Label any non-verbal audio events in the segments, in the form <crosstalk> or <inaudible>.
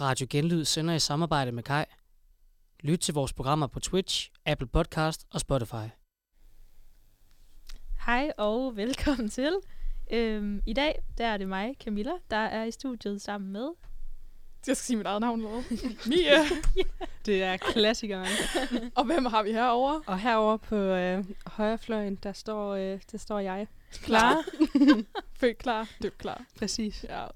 Radio Genlyd sender i samarbejde med Kai. Lyt til vores programmer på Twitch, Apple Podcast og Spotify. Hej og velkommen til. Øhm, I dag der er det mig, Camilla, der er i studiet sammen med. Jeg skal sige mit eget navn, eller <laughs> Mia! Det er klassikeren. Og hvem har vi herovre? Og herover på øh, højrefløjen, der står, øh, der står jeg. <laughs> Klar. Født klar. Døb klar. Præcis. Ja,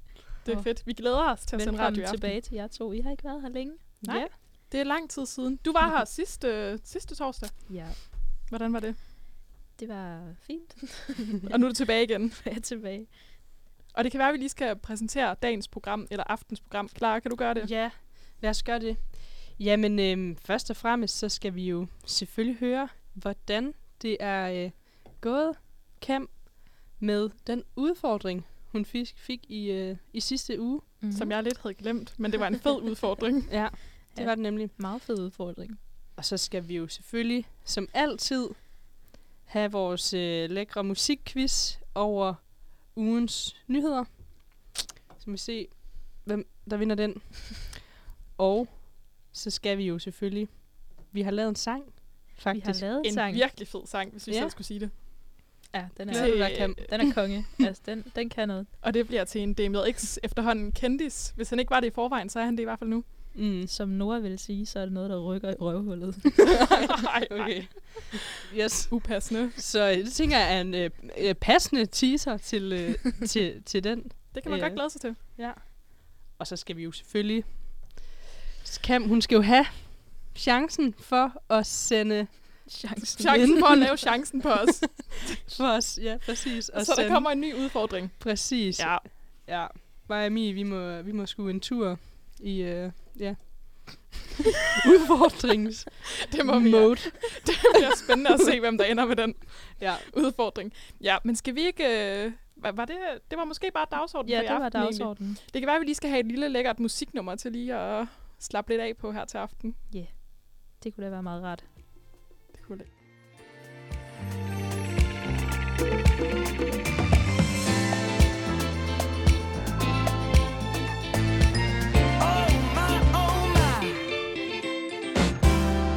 det er Åh. fedt. Vi glæder os til at sende radio Velkommen i aften. tilbage til jer to. I har ikke været her længe. Nej. Ja. Det er lang tid siden. Du var her sidste, sidste torsdag. ja, Hvordan <laughs> var det? det var fint. Og nu er du tilbage <laughs> igen. Jeg er tilbage. Og det kan være, at vi lige skal præsentere dagens program, eller aftens program. Klar, kan du gøre det? Ja, lad os gøre det. Jamen, øh, først og fremmest, så skal vi jo selvfølgelig høre, hvordan det er øh, gået Cam med den udfordring, hun fik, fik i, øh, i sidste uge. Mm-hmm. Som jeg lidt havde glemt, men det var en fed udfordring. Ja, det Ja. var det nemlig. Meget fed udfordring. Og så skal vi jo selvfølgelig, som altid, have vores øh, lækre musikquiz over ugens nyheder. Så må vi se, hvem der vinder den. Og så skal vi jo selvfølgelig... Vi har lavet en sang, Vi faktisk. har lavet en En sang. virkelig fed sang, hvis vi Ja. selv skulle sige det. Ja, den Ja. er, Til- være Cam. den er konge. Altså, den, den kan noget. Og det bliver til en DMX efterhånden kendis. Hvis han ikke var det i forvejen, så er han det i hvert fald <laughs> nu. Mm. Som Nora vil sige, så er det noget, der rykker i røvhullet. Ej, okay. Okay. Yes. Upassende. Så øh, det tænker jeg er en øh, øh, passende teaser <laughs> til, øh, til, til den. Det kan man Ja. godt glæde sig til. Og så skal vi jo selvfølgelig... Cam, hun skal jo have chancen for at sende Chancen. Chancen for at lave chancen på os. for os. Ja, præcis. <laughs> Og så der sende- kommer en ny udfordring. Præcis. Ja. ja. Miami, vi må, vi må sgu en tur i, øh, <laughs> ja, udfordrings det må vi. ja. mode. <laughs> Det bliver spændende at se, hvem der ender med den Ja. udfordring. Ja, men skal vi ikke... Øh, var, var det, det var måske bare dagsordenen Ja, for i det var aften, egentlig. dagsordenen. Det kan være, at vi lige skal have et lille lækkert musiknummer til lige at slappe lidt af på her til aften. Det kunne da være meget rart. Det kunne det. Oh my, oh my.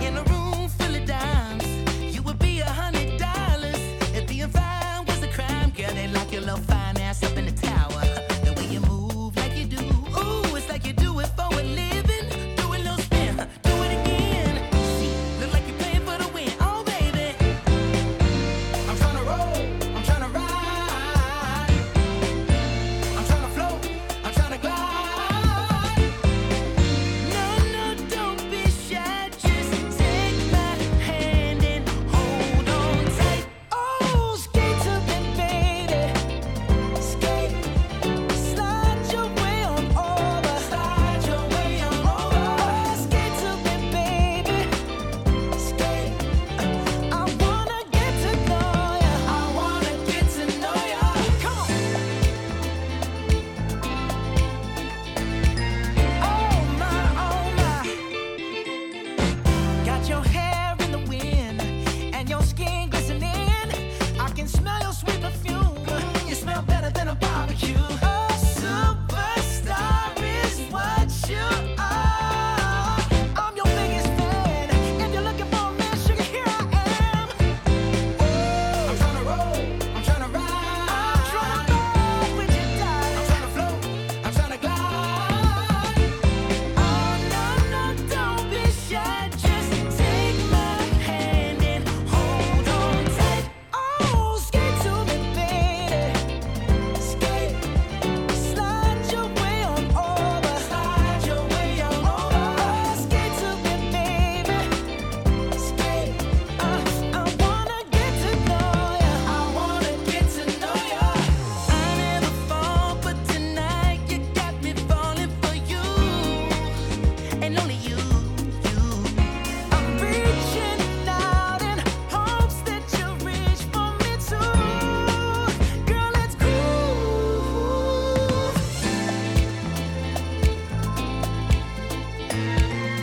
In a room full of dimes, you would be a hundred dollars. If being fine was a crime, girl, they lock your little fine ass up in the tower. The way you move like you do, ooh, it's like you do it for a living. Do a little spin, do it again. Look like you're playing for the win, oh baby. Oh, Oh, oh,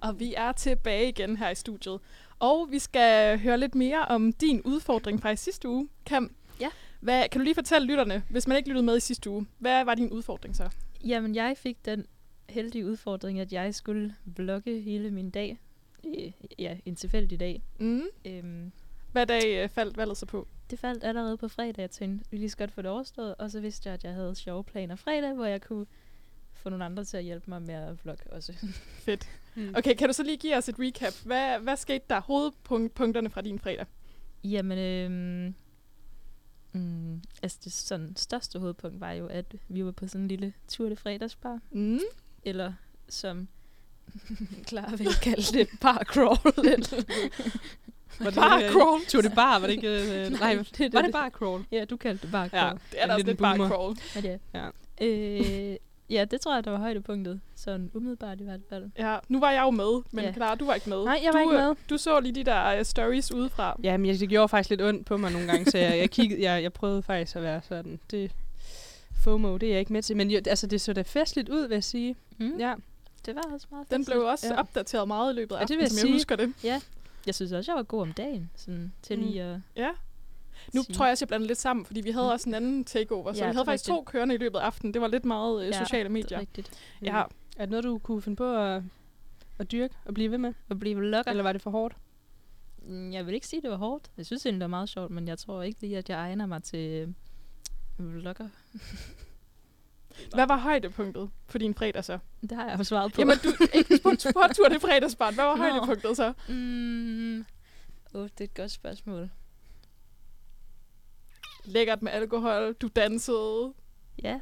Og vi er tilbage igen her i studiet. Og vi skal høre lidt mere om din udfordring fra i sidste uge, Kam. Ja. Hvad, kan du lige fortælle lytterne, hvis man ikke lyttede med i sidste uge, hvad var din udfordring så? Jamen, jeg fik den heldige udfordring, at jeg skulle vlogge hele min dag. Øh, Ja, en tilfældig dag. Mm. Øhm, Hvad dag øh, faldt valget så på? det faldt allerede på fredag, jeg tænkte, vi lige så godt få det overstået. Og så vidste jeg, at jeg havde sjove planer fredag, hvor jeg kunne få nogle andre til at hjælpe mig med at vlogge også. <laughs> Fedt. Mm. Okay, kan du så lige give os et recap? Hvad, hvad skete der? Hovedpunkterne fra din fredag? Jamen, øhm, mm, altså det sådan, største hovedpunkt var jo, at vi var på sådan en lille tur til fredagsbar. <laughs> Mm. Eller som <laughs> Clara vil kalde det, bar crawl. Var det, Bar øh, crawl. Tog det bar, var det <laughs> ikke... Øh, nej, det er var det. det bar crawl? ja, du kaldte det bar Ja, crawl. det er da En også lidt liten bar boomer. crawl. Ja. Det Ja. er. Øh, ja, det tror jeg, der var højdepunktet. Sådan umiddelbart i hvert fald. Ja, nu var jeg jo med, men Ja. yeah. klar, du var ikke med. Nej, jeg var du, ikke øh, med. Du så lige de der øh, stories udefra. Ja, men jeg, det gjorde faktisk lidt ondt på mig nogle gange, så jeg, jeg, kiggede, jeg, jeg prøvede faktisk at være sådan. Det, FOMO, det er jeg ikke med til. Men jo, altså, det så da festligt ud, vil jeg sige. Mm, Ja. Det var også meget Den festligt. blev også Ja. ja. opdateret meget i løbet af Ja, det aftenen, vil jeg som jeg sige. husker det. Jeg synes også, jeg var god om dagen. Sådan, til Mm. lige at Ja. Nu sige. tror jeg også, jeg blander lidt sammen, fordi vi havde også en anden takeover, så Ja, vi havde det er faktisk to kørende i løbet af aftenen. Det var lidt meget øh, Ja, sociale Det medier. er rigtigt. Ja, Er det noget, du kunne finde på at, at dyrke og blive ved med? At blive vlogger. Eller var det for hårdt? Mm, Jeg vil ikke sige, at det var hårdt. Jeg synes egentlig, det var meget sjovt, men jeg tror ikke lige, at jeg egner mig til øh, vlogger. hvad var højdepunktet på din fredag så? Det har jeg jo svaret på. Jamen, <laughs> du ikke spurgte tur til fredagsbarn. Hvad var Nå. højdepunktet så? Mm, oh, det er et godt spørgsmål. Lækkert med alkohol, du dansede, Ja,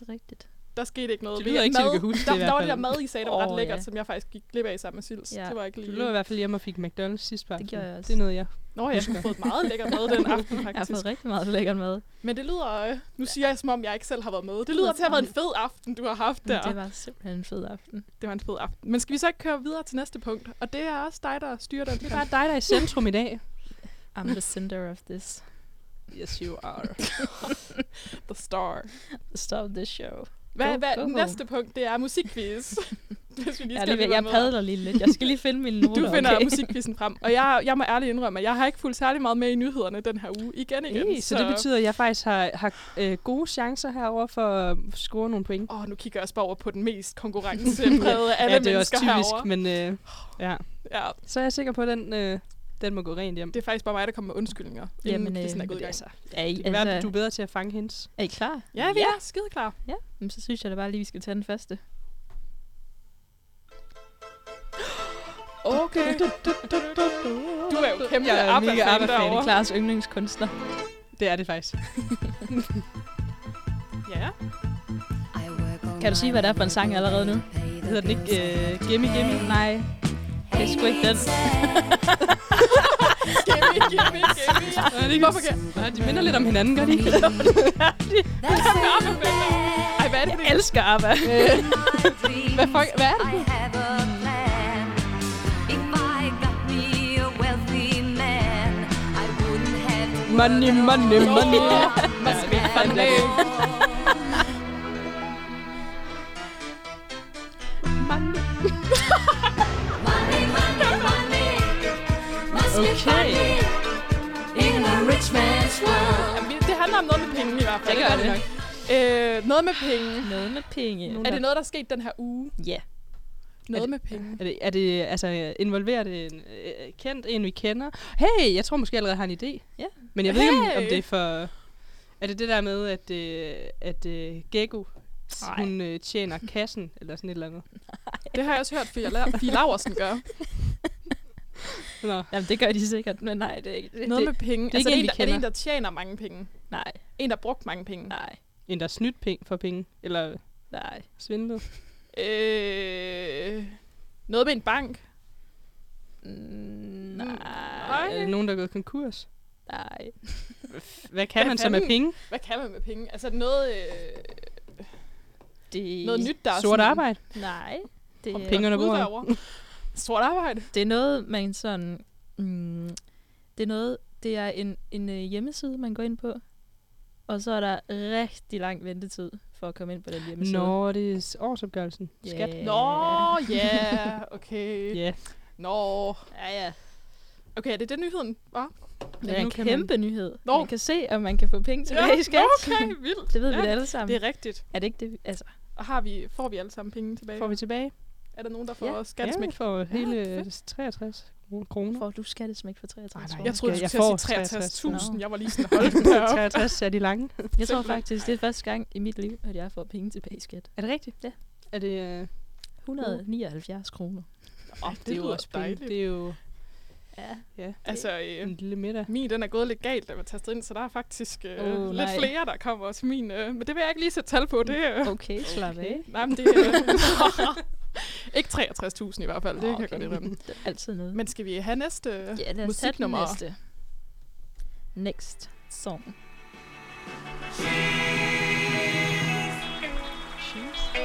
det er rigtigt. der skete ikke noget. Det Vi- lyder ikke til, mad- du kan huske det der, i hvert der var det der fald. mad, I sagde, der var ret Åh, lækkert, ja. som jeg faktisk gik glip af sammen med Sils. Ja. Det var ikke Du lige... lå i hvert fald hjemme og fik McDonald's sidste par. Det gjorde jeg også. Det er noget, jeg... Nå, jeg har fået meget lækker mad den aften, Jeg har faktisk. fået rigtig meget lækker mad. Men det lyder... øh, Nu siger jeg, som om jeg ikke selv har været med. Det lyder til at have været en fed aften, du har haft der. Det var simpelthen en fed aften. det var en fed aften. Men skal vi så ikke køre videre til næste punkt? Og det er også dig, der styrer den. Det er bare dig, der er i centrum i <laughs> dag. I'm the center of this. Yes, you <laughs> are. The star. Stop this show. Hvad, Go, hvad go home. næste punkt, det er <laughs> musikquiz. Hvis vi Jeg, lige er lige, skal ved- være jeg med. padler lige lidt. Jeg skal lige finde mine noter. Du finder okay? okay. musikquizzen frem. Og jeg, jeg må ærligt indrømme, at jeg har ikke fulgt særlig meget med i nyhederne den her uge. Igen igen. Ej, så det betyder, at jeg faktisk har, har øh, gode chancer herover for at score nogle point. Åh, oh, nu kigger jeg også bare over på den <laughs> mest konkurrenceprægede af alle ja, det er også mennesker typisk, herovre. men øh, ja. Ja, så er jeg sikker på, at den, øh, den må gå rent hjem. det er faktisk bare mig, der kommer med undskyldninger, inden Jamen, øh, quizzen er men gået i gang. altså, Er I, det kan være, at du altså, er bedre til at fange hendes. er I klar? Ja, vi er skide klar. Jamen, så synes jeg da bare lige, vi skal tage den første. Okay. Du er jo kæmpe Jeg er mega ABBA-fan ABBA-fan, Det er derovre. Klares yndlingskunstner. Det er det faktisk. Ja. <laughs> Kan du sige, hvad det er for en sang allerede nu? Hedder den ikke øh, Gimme Gimme? Nej, det er sgu ikke den. Gimme, gimme, gimme. Nej, det Hvorfor kan Nej, de minder lidt om hinanden, gør de ikke? Ej, hvad er det for Jeg en? elsker ABBA. Hvad, fuck, hvad er det? I have a plan. If I got me a wealthy man, I wouldn't have to work Money, at all. money, money. My fandme ikke. Money, money, money. Must be Okay. funny in a rich man's world. Jamen, vi- Det handler om noget med penge i hvert fald. Det gør er det. nok. Øh, noget med penge. Noget med penge. Nogen, Er der- det noget, der er sket den her uge? Ja. Noget med penge. Er det, er det altså, involverer det en øh, kendt, en vi kender? Hey, jeg tror måske jeg allerede har en idé. Ja. Men jeg ved ikke, om, om Hey! det er for... Er det det der med, at, øh, at øh, Gekko, Nej. hun øh, tjener kassen, <laughs> eller sådan et eller andet? Det har jeg også hørt, Fie La- Fie Laursen gør. Nå. Jamen, det gør de sikkert, men nej, det er ikke det. det Noget med penge. <laughs> det er Altså, ikke er, det en, en, vi der, er det en, kender. der tjener mange penge? nej, En, der har brugt mange penge? nej, En, der er snydt penge for penge, eller nej. svindlet. Øh, noget med en bank? Mm, Nej. Nej, Er det nogen, der er gået konkurs? nej. Hvad kan Hvad man så med fanden? penge? Hvad kan man med penge? Altså, er det noget, øh, Det noget nyt, der er Sort sådan- arbejde? Nej. Det, Og er- penge under Ud bordet? <laughs> derovre. Sort arbejde. det er noget, man sådan... Mm, det er noget... Det er en, en øh, hjemmeside, man går ind på. Og så er der rigtig lang ventetid for at komme ind på den hjemmeside. Nå, det er s- årsopgørelsen. Skat. Ja. Nå, ja, yeah, okay. Ja. Nå, Ja, ja. okay, er det den nyheden, var? Det Ja, er nu en kan man- kæmpe man... nyhed. Nå. Man kan se, om man kan få penge tilbage i skat. okay, vildt. Det ved ja. vi da alle sammen. Det er rigtigt. Er det ikke det? vi- Altså, Og har vi, får vi alle sammen penge tilbage? Får vi tilbage? Er der nogen, der får ja. Ja, skatsmæk? vi får hele fedt. 63 kroner. <laughs> får du skattesmæk for 63 Nej, nej, kroner? Jeg troede, du Jeg skulle får til at sige 63.000. 63.000. Jeg var lige sådan, hold <laughs> den der op. 63 er de lange. Jeg tror Simpelthen. faktisk, det er første gang i mit liv, at jeg får penge tilbage i skat. Er det rigtigt? Ja. Er det, øh, 179 kroner. Oh, det, det er jo også dejligt. Det er jo Ja. ja, Altså, øh, en lille middag. min den er gået lidt galt, da man tastet ind, så der er faktisk øh, Åh, oh, lidt nej. flere, der kommer til min. Øh, men det vil jeg ikke lige sætte tal på. Det, øh, Okay, slap af. nej, men det er... <laughs> Øh, <laughs> ikke 63.000 i hvert fald, det Nå, kan jeg godt indrømme. Det er altid noget. Men skal vi have næste øh, ja, lad os tage den musiknummer? næste. Next song.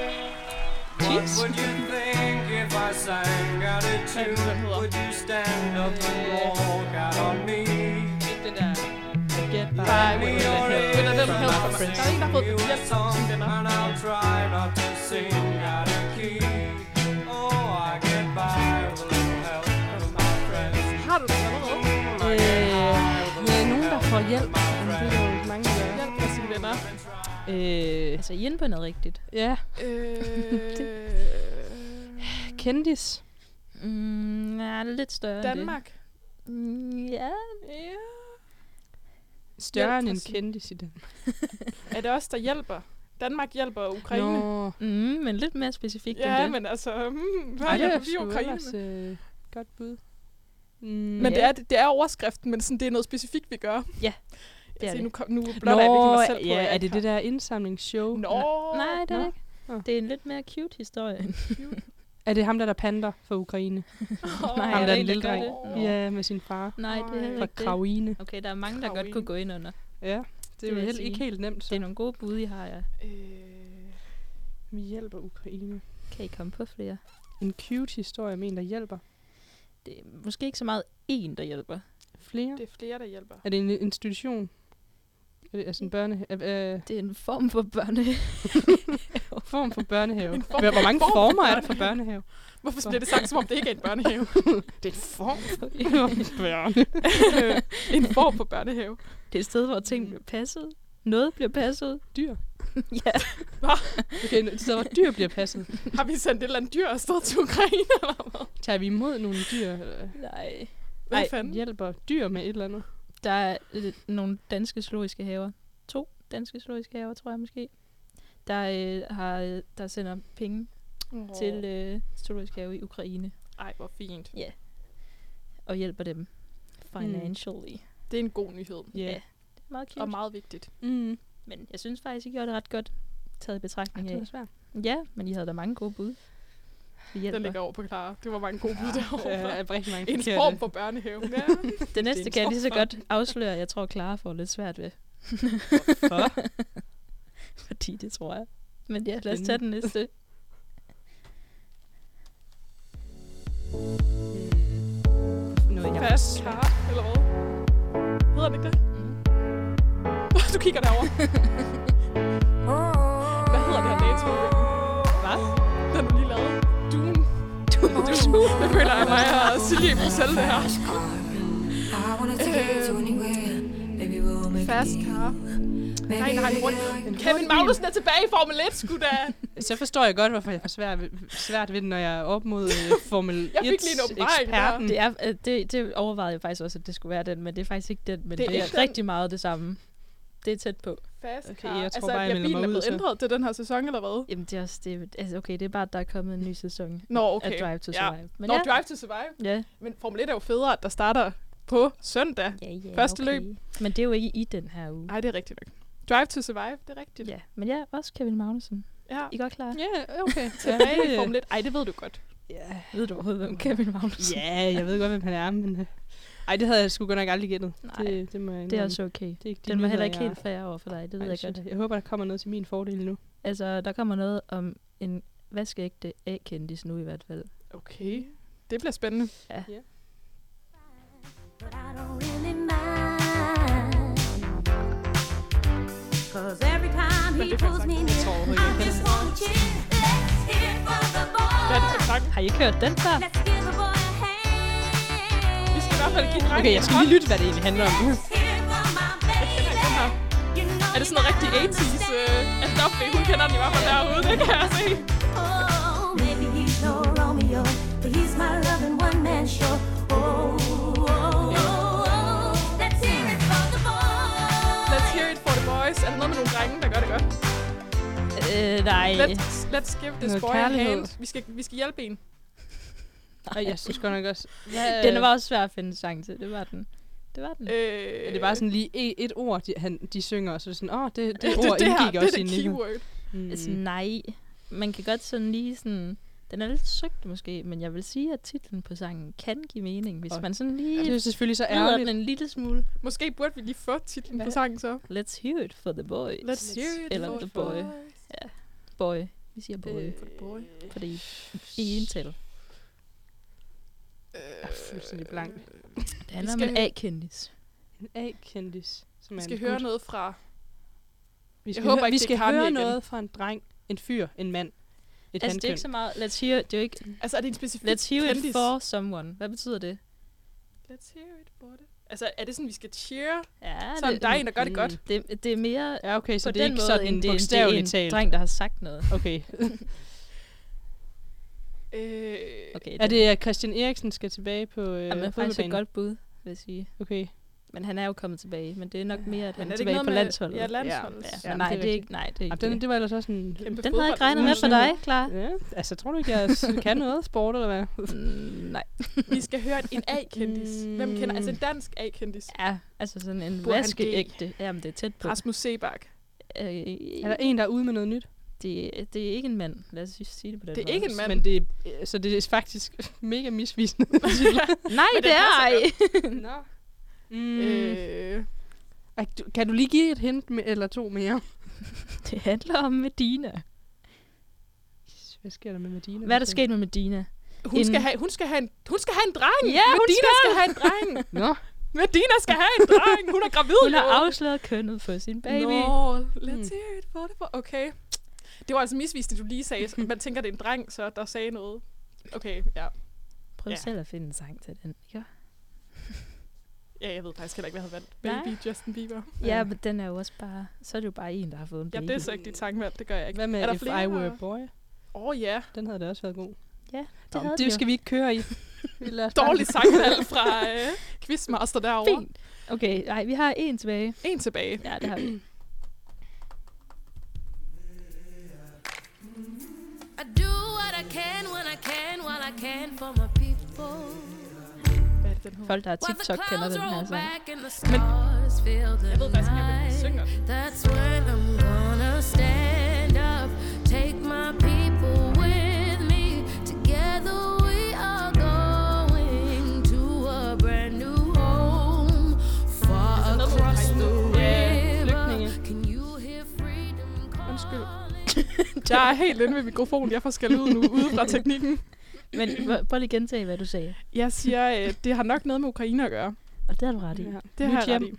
What would you think if I sang out of tune? Would you stand up and walk out on me? Det der. Get by. By me me your or ears Winner them and help I'll us. sing Der er en, der har fået you a hjælp song, som venner. And I'll try not to sing out of key. Oh, I get by with a little help from my friends. Har du den allerede? I get high with a Øh, Øh, Med little nogen, der help får from hjælp. my Men friends. det er jo mange, der Hjælp af sine venner. Øh, Altså, I er inde på noget rigtigt. ja, Øh, kendis. Mm, nej, lidt større Danmark. end det. Mm, ja. Ja. Større end fra en sin- kendis i Danmark. Er det os, der hjælper? Danmark hjælper Ukraine. Nå. Mm, men lidt mere specifikt Ja, end det. men altså, hmm, hvad Ej, det hjælper er vi sgu Ukraine? ellers, øh, godt bud. Mm. Men det er, det er overskriften, men sådan, det er noget specifikt, vi gør. Ja, Det det er er det. nu, kom- nu blotter jeg virkelig mig selv på. ja, at jeg er det ikke det der indsamlingsshow? har- Nå, Nej, det er Nå. det ikke. Nå. Det er en lidt mere cute historie. Er det ham, der der panter for Ukraine? Nej, ham, er der der en, der lille gør dreng? det? Ja, med sin far. nej, Mm, det er Ej. heller Fra ikke det. Krauine. Okay, der er mange, der godt kunne gå ind under. Ja, det er vil jo jeg helt, sige. ikke helt nemt. Det er Så. nogle gode bud, I har, ja. Øh, Vi hjælper Ukraine. Kan I komme på flere? En cute historie med en, der hjælper. Det er måske ikke så meget en, der hjælper. Flere? det er flere, der hjælper. Er det en institution? Er det altså en børne... Øh, øh, Det er en form for børne. <laughs> form for børnehave. En form Hvor hvor mange for former er der for børnehave? Hvorfor bliver det sagt, som om det ikke er en børnehave? <laughs> Det er en form for børne. <laughs> en form for børnehave. Det er et sted, hvor ting bliver passet. Noget bliver passet. Dyr. ja, Okay, nu- så hvor dyr bliver passet. Har vi sendt et eller andet dyr afsted til Ukraine, eller hvad? Tager vi imod nogle dyr? eller nej. Hvad Ej, fanden? Hjælper dyr med et eller andet? Der er øh, nogle danske zoologiske haver. To danske zoologiske haver, tror jeg måske. Der, øh, har, der sender penge Åh, oh. til øh, zoologiske have i Ukraine Ej, hvor fint. og hjælper dem financially. Mm. Det er en god nyhed. Ja. Det er meget cute. Og meget vigtigt. Mm. Men jeg synes faktisk, I gjorde det ret godt taget i Ej, betragtning det af. var svært. Ja, men I havde da mange gode bud. Vi hjælper. Den ligger over på Clara. Det var mange gode bud derovre. Ja, er rigtig mange en forkerte. form for børnehave. Ja. Det næste en kan jeg lige så godt afsløre, at jeg tror, Clara får lidt svært ved. Hvorfor? <laughs> Fordi det tror jeg. Men ja, lad os tage den næste. Noget, jeg Fast car, eller hvad? Hedder den ikke det? Mm. <laughs> du kigger derover. Hvad hedder det her dance Hvad? Den du lige lavede. Duen. Duen. Duen. Det føler <laughs> jeg mig og Silje i Bruxelles, det her. Fast car. Nej, nej, rundt. Kevin Magnussen er tilbage i Formel 1, sgu da. Så forstår jeg godt, hvorfor jeg har svært ved, svært ved den, når jeg er op mod øh, Formel Jeg fik lige en åbenbaring der. 1-eksperten. Det, er, øh, det, det overvejede jeg faktisk også, at det skulle være den, men det er faktisk ikke den, men Det det er er, det ikke er den. rigtig meget det samme. Det er tæt på. Fast Okay, car. jeg altså, tror bare, jeg ja, melder bilen mig er ud, blevet så. ændret til den her sæson, eller hvad? Jamen, det er også det. Altså, okay, det er bare, at der er kommet en ny sæson Nå, okay. okay. af Drive to Ja. Survive. Men Nå, ja, Drive to Survive. ja, Men Formel 1 er jo federe, at der starter på søndag. ja, ja, Første okay. løb. Men det er jo ikke i den her uge. Nej, det er rigtigt nok. Drive to Survive, det er rigtigt. Ja, men ja, også Kevin Magnussen. ja. I er godt klar? Ja, okay. Tilbage i Ja, Formel 1. Ej, det ved du godt. Ja. Ved du overhovedet, hvem Kevin Magnussen ja, jeg ved godt, hvem han er, men... Øh, ej, det havde jeg sgu godt nok aldrig gættet. Nej, det, Det, det, må jeg det er indrømme. også okay. Det er ikke de Den var nyheder, heller ikke jeg- helt fair over for dig, det ved Ej, jeg shit. godt. Jeg håber, der kommer noget til min fordel nu. Altså, der kommer noget om en vaskeægte A-kendis nu i hvert fald. Okay. Det bliver spændende. But I don't really mind. Cause every time Men he det kan jeg pulls me near, sagtens. Jeg tror overhovedet I just wanna cheer. Let's hear it for the Hvad er det for boy. en sang? Har I ikke hørt den før? Let's give the boy a hand. Vi skal i hvert fald give drengen Okay, jeg en skal hånd. lige lytte, hvad det egentlig handler om. Let's hear it for my Den her, den her. baby. You know Er det sådan noget you rigtig 80's? Øh, at Duffy, hun kender den i hvert fald derude, det kan jeg se. Oh, maybe he's no Romeo, but he's my loving one man show. Oh, oh, oh, oh, let's hear it for the boy. Let's hear it for the boys. Er der noget med nogle drenge, der gør det godt? Øh, nej. Let's, let's give this Noget boy a kærlighed. hand. Vi skal, vi skal hjælpe en. Ej, jeg synes godt nok også... <laughs> Hvad, Den var også svær at finde en sang til. Det var den. Det var den. Øh, Er det <laughs> bare sådan lige e- et ord, de, han, de synger, og så er det sådan, åh, oh, det, det, det, ord det, her, indgik det er også i Mm. det Nico. keyword. Altså, nej. Man kan godt sådan lige sådan... Den er lidt søgt måske, men jeg vil sige, at titlen på sangen kan give mening, hvis Og- man sådan Det er lige jo selvfølgelig så lyder den ærgerligt. en lille smule. Måske burde vi lige få titlen på Hvad? sangen så. Let's hear it for the boys. Let's hear it Eller for the the boy. boys. Boy. Vi siger boy, Øh, øh. for the boy. fordi i ental. øh, Jeg er fuldstændig blank. Det handler om skal en høre- A-kendis. Altså, En A-kendis. Som Vi er skal en høre gut. noget fra... Vi skal, håber høre, ikke, vi det er skal Kanye høre igen. noget fra en dreng, en fyr, en mand. Et Altså, det er handkøn. ikke så meget... Let's hear... Det er jo ikke... Altså, er det en specifik Mm. Let's hear it kendis? for someone. Hvad betyder det? Let's hear it for the... Altså, er det sådan, vi skal cheer? Ja, Sådan, der er en, der gør det Mm. godt. Det, det er mere Ja, okay, så på det er den ikke måde, sådan end en det, det er en bogstavelig talt. dreng, der har sagt noget. Okay. Øh, Okay, Er det, at Christian Eriksen skal tilbage på øh, Jamen, det er faktisk et fodboldbanen? godt bud, vil jeg sige. Okay. Men han er jo kommet tilbage, men det er nok mere, at han Men er er det ikke tilbage noget på med- landsholdet. ja, landsholdet. Ja, ja, Ja, men nej, det er det er ikke, nej, det er Ja, ikke den, det. det var ellers også en... Kæmpe Den havde jeg ikke regnet med for dig, <laughs> klar. Ja, altså, tror du ikke, jeg s- kan noget sport, eller hvad? Mm, nej. Vi skal høre en A-kendis. Mm. Hvem kender? Altså en dansk A-kendis. Ja, altså sådan en Burde han vaskeægte. Jamen, det er tæt på. Rasmus Sebak. Øh, Er der en, der er ude med noget nyt? det, det er ikke en mand. Lad os sige det på den Det er måde. ikke en mand. Men det er, øh, så det er faktisk <laughs> mega misvisende. Nej, Men det den er passer ej. <laughs> Nå. <laughs> Mm. Øh. Øh, Ej, du- Kan du lige give et hint med, eller to mere? <laughs> Det handler om Medina. Hvad sker der med Medina? Hvad er der sket med Medina? hun, En- skal have, hun, skal have en, hun skal have en dreng. Ja, hun Medina skal. have en dreng. Nå, Medina skal have en dreng. Hun er gravid. Hun har jo. afsløret kønnet for sin baby. Mm. Nå, let's hear it for the boy. Okay. Det var altså misvisende, du lige sagde. Man tænker, det er en dreng, så der sagde noget. Okay, ja. Prøv Ja. selv at finde en sang til den, ikke? Ja, jeg ved faktisk heller ikke, hvad jeg havde valgt. Nej. Baby Justin Bieber. Ja, men den er jo også bare... Så er det jo bare en, der har fået en Jeg baby. det er så ikke dit tankevalg, det gør jeg ikke. hvad med er der If flere? I Were a Boy? Åh oh, ja, Den havde da også været god. Ja, Nå, det havde de det jo. skal vi ikke <laughs> køre i. Lad os <laughs> bare- dårlig sangvalg fra øh, Quizmaster derovre. Fint. Okay, nej, vi har en tilbage. En tilbage. Ja, <clears throat> det har vi. I do what I can when I can while I can for my people. Hvad er det, den hedder? Folk, der har While the TikTok, kender clouds den her roll sang. back and the stars fill the Jeg ved faktisk ikke, hvem der night. synger den. That's when I'm gonna stand up, take my people with me. Together we are going to a brand new home, far noget med across the drenge. river. flygtninge. Can you hear freedom Undskyld. calling? Jeg er helt inde ved mikrofonen. Jeg får skal ud nu, <laughs> ude fra teknikken. Men prøv- prøv lige at gentage, hvad du sagde. Jeg siger, øh, det har nok noget med Ukraine at gøre. Og det har du ret i. Ja. Det Nyt har jeg ret i. hjem.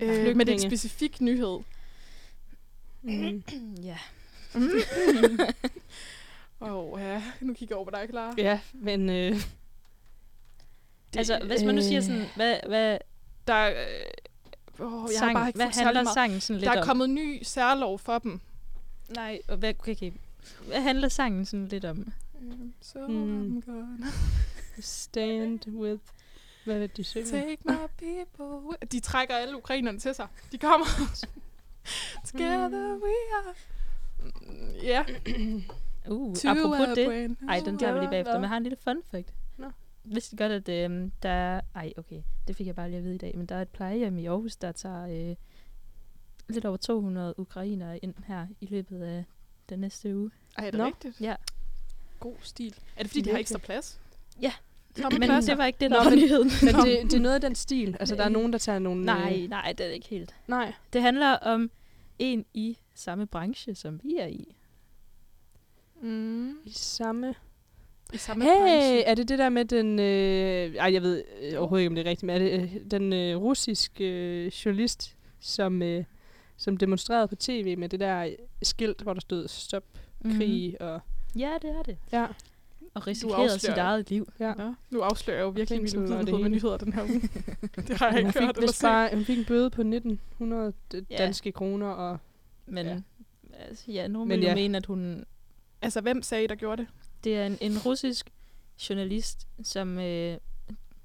Øh, men det er en Flygtninge. specifik nyhed. Mm. <clears throat> Ja. Åh, oh, ja. Nu kigger jeg over på dig, Clara. <laughs> Ja, men... Øh, Altså, hvis man nu siger sådan, Øh. hvad, hvad Der, øh, oh, jeg har sang, bare ikke hvad fået særlig handler meget- sangen sådan lidt Der er om? kommet en ny særlov for dem. Nej, og hvad, okay, okay. Hvad handler sangen sådan lidt om? So Mm. Øh, I'm gonna stand with... Hvad er det, de synger? take my people. De trækker alle ukrainerne til sig. De <laughs> kommer. Together we are. Mm, Ja. Uh, To a apropos det. brand Ej, new den tager vi lige world. bagefter, men jeg har en lille fun fact. Nå. Vidste I godt, at øh, der er... Ej, okay, det fik jeg bare lige at vide i dag, men der er et plejehjem i Aarhus, der tager øh, lidt over 200 ukrainere ind her i løbet af den næste uge. Ej, er det Nå. rigtigt? Ja. God stil. Er det fordi, de har ekstra plads? Ja. Tomme Men pladser. det var ikke det, Nå, der var men- nyheden. Men <laughs> det, det er noget af den stil. Altså, der er nogen, der tager nogle... øh, Nej, nej, det er det ikke helt. nej. Det handler om en i samme branche, som vi er i. Mm. I samme... I samme Hey, branche. er det det der med den... Øh, ej, jeg ved øh, overhovedet ikke, om det er rigtigt, men er det øh, den øh, russiske øh, journalist, som øh, som demonstrerede på tv med det der skilt, hvor der stod stop Mhm. krig mm. og... Ja, det er det. Ja, Og risikerede sit afslører. eget liv. ja. Nå, nu afslører jeg jo virkelig Klingsmed mine og det udenhed med hele. nyheder den her <laughs> uge. det har jeg Hun ikke hørt fik, eller vist set. bare, hun fik en bøde på 1900 d- Ja. danske kroner, og Men Ja. ja. Altså, ja, nogen Men vil jo ja. mene, at hun Altså, hvem sagde I, der gjorde det? Det er en, en russisk journalist, som... Øh,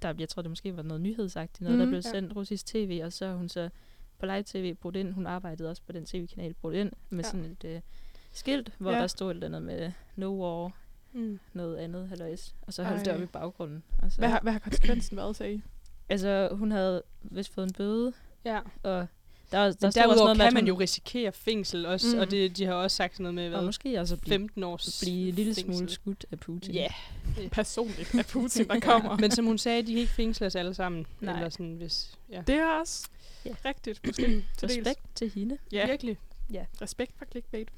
der, jeg tror, det måske var noget nyhedsagtigt, noget, mm, der Mhm, blev ja. sendt russisk tv, og så er hun så på live-tv brudt ind. Hun arbejdede også på den tv-kanal brudt ind med Ja. ja. sådan et øh, skilt, hvor Ja. ja. der stod et eller andet med no war, mm. noget andet, halløjs. Og så holdt Ej. det Ej. op i baggrunden. Og så, Hvad har, hvad har konsekvensen været, sagde I? Altså, hun havde vist fået en bøde, ja. og der, var- der Men stod også derudover noget med, kan at man hun, Mhm. jo risikere fængsel også, mm. og Mm. det, de har også sagt sådan noget med, og hvad, måske også blive, 15 års blive en lille fængsel. smule skudt af Putin. Ja, Personligt af <laughs> Putin, der kommer. men som hun sagde, de kan ikke fængsle os alle sammen. Nej. Eller sådan, hvis, ja. Det er også Ja. rigtigt, måske. til dels. Respekt til hende. Ja. Virkelig. Respekt for clickbait.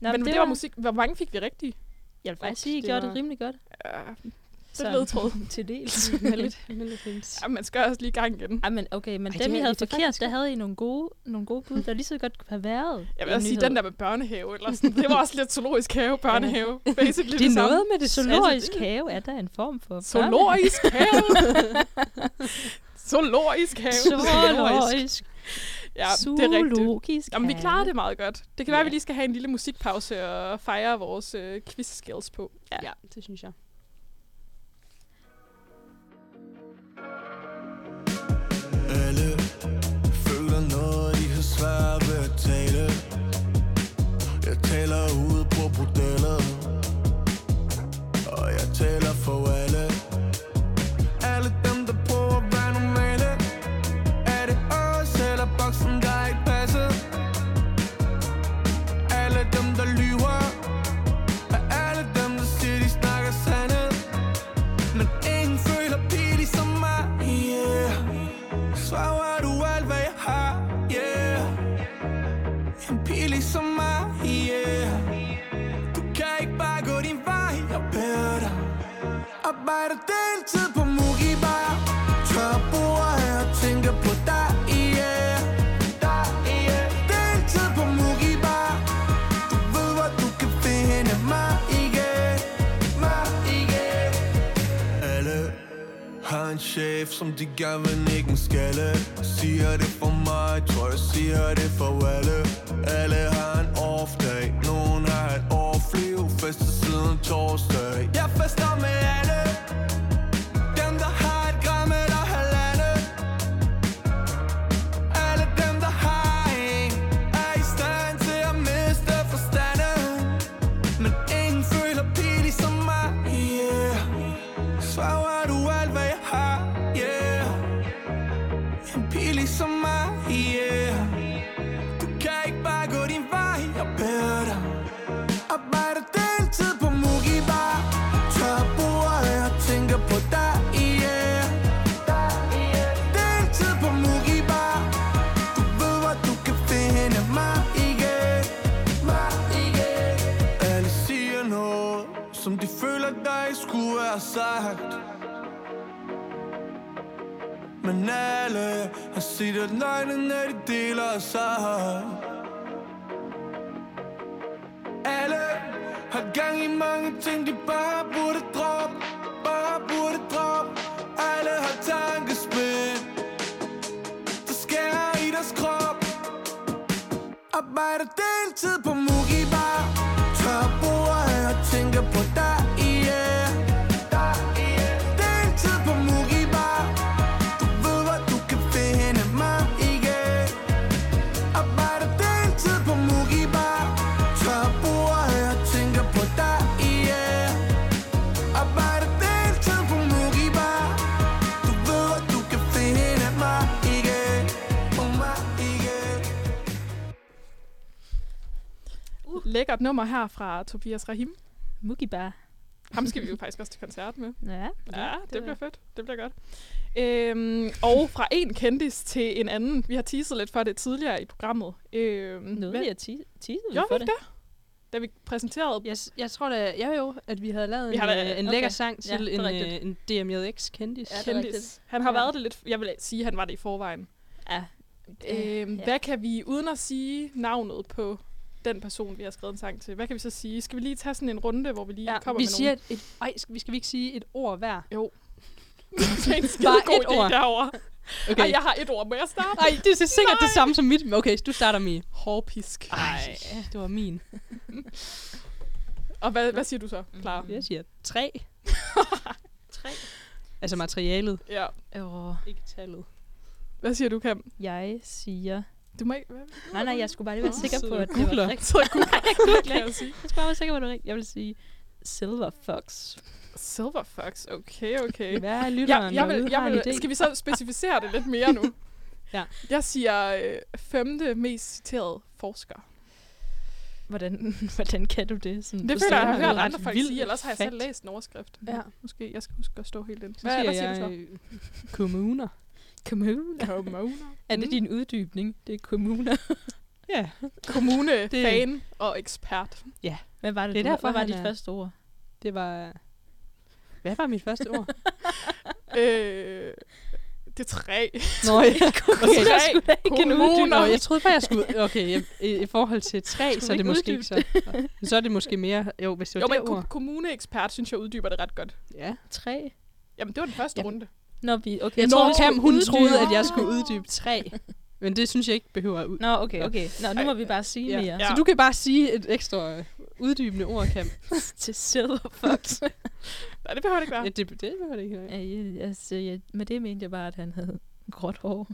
Nå, men det, det var, musik. Hvor mange fik vi rigtigt? Jeg vil faktisk Ups, sige, I det gjorde var- det rimelig godt. Uh, Sådan. ledtråd. <laughs> til <laughs> dels. <laughs> ja, man skal også lige i gang igen. Ej, men okay, men Ej, Ej, det dem, er- I havde det er forkert, faktisk der havde I nogle gode, nogle gode bud, der lige så godt kunne have været. i Jeg vil også sige, nyheder. den der med børnehave, <laughs> eller sådan, det var også lidt zoologisk have, børnehave. Basically Det det er samme. noget med det zoologisk det- have, er der en form for <laughs> Zoologisk <laughs> have. zoologisk have. Zoologisk. Ja, det er rigtigt. Zoologisk Jamen, vi have. klarer det meget godt. Det kan være, Ja. at vi lige skal have en lille musikpause og fejre vores øh, quiz skills på. Ja. ja, det synes jeg. Alle føler noget, de har svært ved at tale Jeg taler ude på bordellet Og jeg taler for alle Alle dem, der prøver at være normale Er det os eller boksen, der ikke passer? Alle dem, der lyver Er alle dem, der siger, de snakker sandhed Men ingen føler pige ligesom mig yeah. Svarer du alt, hvad jeg har, yeah En pige ligesom mig, yeah Du kan ikke bare gå din vej, jeg beder dig Arbejder deltid på Mugi Bar Tør bord her og tænker på dig, yeah Dig, yeah Deltid på Mugi Bar Du ved, hvor du kan finde mig igen Mig igen Alle har en chef, som de gerne vil ikke en skalle Siger det for mig, tror jeg siger det for alle Alle har en off dag, nogen har et off liv Fester siden torsdag Jeg fester med alle Dem der har et gram eller halvandet Alle dem der har en Er i stand til at miste forstanden Men ingen føler pige ligesom mig, yeah Svarer du alt, hvad jeg har, yeah En pige ligesom mig, yeah Du kan ikke bare gå din vej, jeg beder dig Arbejder deltid på Mugi Bar Tør bordet, jeg tænker på dig, yeah Deltid på Mugi Bar Du ved, hvor du kan finde mig igen Mig igen alle siger noget, som de føler, der ikke skulle være sagt Men alle har set, at løgnen er, de deler sig Alle har gang i mange ting, de bare burde droppe Bare burde droppe Alle har tankespind Der skærer i deres krop Arbejder deltid på Mugi Bar Tør bordet af og tænker på dig, yeah Dig, yeah Deltid på Mugi Bar Du ved, hvor du kan finde mig igen Arbejder deltid på Mugi Bar Tør bordet af og tænker på dig, yeah Arbejder deltid på Mugi Bar Du ved, hvor du kan finde mig igen Og mig igen Lækkert nummer her fra Tobias Rahim. Mugibar. Ham skal vi jo faktisk også til koncert med. Ja. Ja, det, det det bliver fedt. Det bliver godt. Øhm, og fra en kendis til en anden. Vi har teaset lidt for det tidligere i programmet. Øhm, Noget, hvad- vi har ti- teaset Gjorde vi for ikke det. det? Da vi præsenterede... Jeg, s- jeg tror da, ja jo, at vi havde lavet Vi vi har en, da- da, en okay. lækker sang Ja, til det er en, rigtigt. øh, en DMJX kendis. Ja, det er kendis. rigtigt. Han har Ja. været det lidt... Jeg vil sige, at han var det i forvejen. Ja, Øhm, ja. ja. Hvad kan vi, uden at sige navnet på den person, vi har skrevet en sang til, hvad kan vi så sige? Skal vi lige tage sådan en runde, hvor vi lige Ja, kommer vi med siger et, et, ej, skal, vi skal vi ikke sige et ord hver? <laughs> nogle? det er en skide Bare god et idé ord. derovre. Okay. Ej, jeg har et ord. Må jeg starte? Nej, det er sikkert det samme som mit. Men Okay, du starter, Mie. Hårpisk. Ej, det var min. Mm. Og hvad, hvad siger du så, Clara? Jeg siger tre. <laughs> Tre. Altså materialet, Ja. Åh, ikke tallet. Hvad siger du, Kam? jeg siger... Du må ikke... Hvad? Nej, nej, jeg skulle bare lige være sikker sidder på, du at og det googler? var rigtigt. Så kunne Nej, jeg googler kan ikke. jeg sige. Jeg skulle bare være sikker på, at det var rigtigt. Jeg vil sige Silver Fox. Silver Fox. Okay, okay. Hvad er Ja, lytteren jeg vil, derude jeg har en idé? vil, skal vi så specificere det lidt mere nu? <laughs> Ja. Jeg siger øh, femte mest citerede forsker. Mm, Hvordan, hvordan kan du det? Sådan, Det du føler jeg, siger jeg har noget hørt ret andre folk vildt sige, ellers har jeg selv fact. læst en overskrift. Ja. Måske jeg skal huske at stå helt ind. Så Hvad, hvad siger du så? jeg, øh, Kommuner. Kommune. Kommune. Er det din uddybning? Det er kommuner. Ja. Kommune, Det- fan og <laughs> ekspert. <laughs> Hvad var det, Det er du- derfor, hvad var han dit er- første ord? Det var... Hvad var mit første ord? øh, det er tre. <laughs> Nå, ja. okay. Tre Jeg skulle da ikke en uddybe. kommuner. Nå, jeg troede bare, jeg skulle... Okay, jeg, i, i forhold til tre, så er ikke det måske ikke <laughs> så... Så er det måske mere... Jo, hvis det Jo, var men det ord. ko- kommuneekspert synes jeg uddyber det ret godt. Ja. Tre? Jamen, det var den første Jamen. runde. Nå, vi, okay. Jeg Nå, tror, vi Kam, skulle hun uddybe- troede, at jeg skulle uddybe tre. Men det synes jeg ikke behøver at ud. Nå, okay, okay. Nå, nu må vi bare sige Ja. mere. Så du kan bare sige et ekstra øh, uddybende ord, Kam. Til Silver Fox. <laughs> <laughs> Nej, det behøver det ikke Ja, <laughs> være. det, det behøver det ikke. Ja, jeg- altså, jeg, med det mente jeg bare, at han havde gråt hår.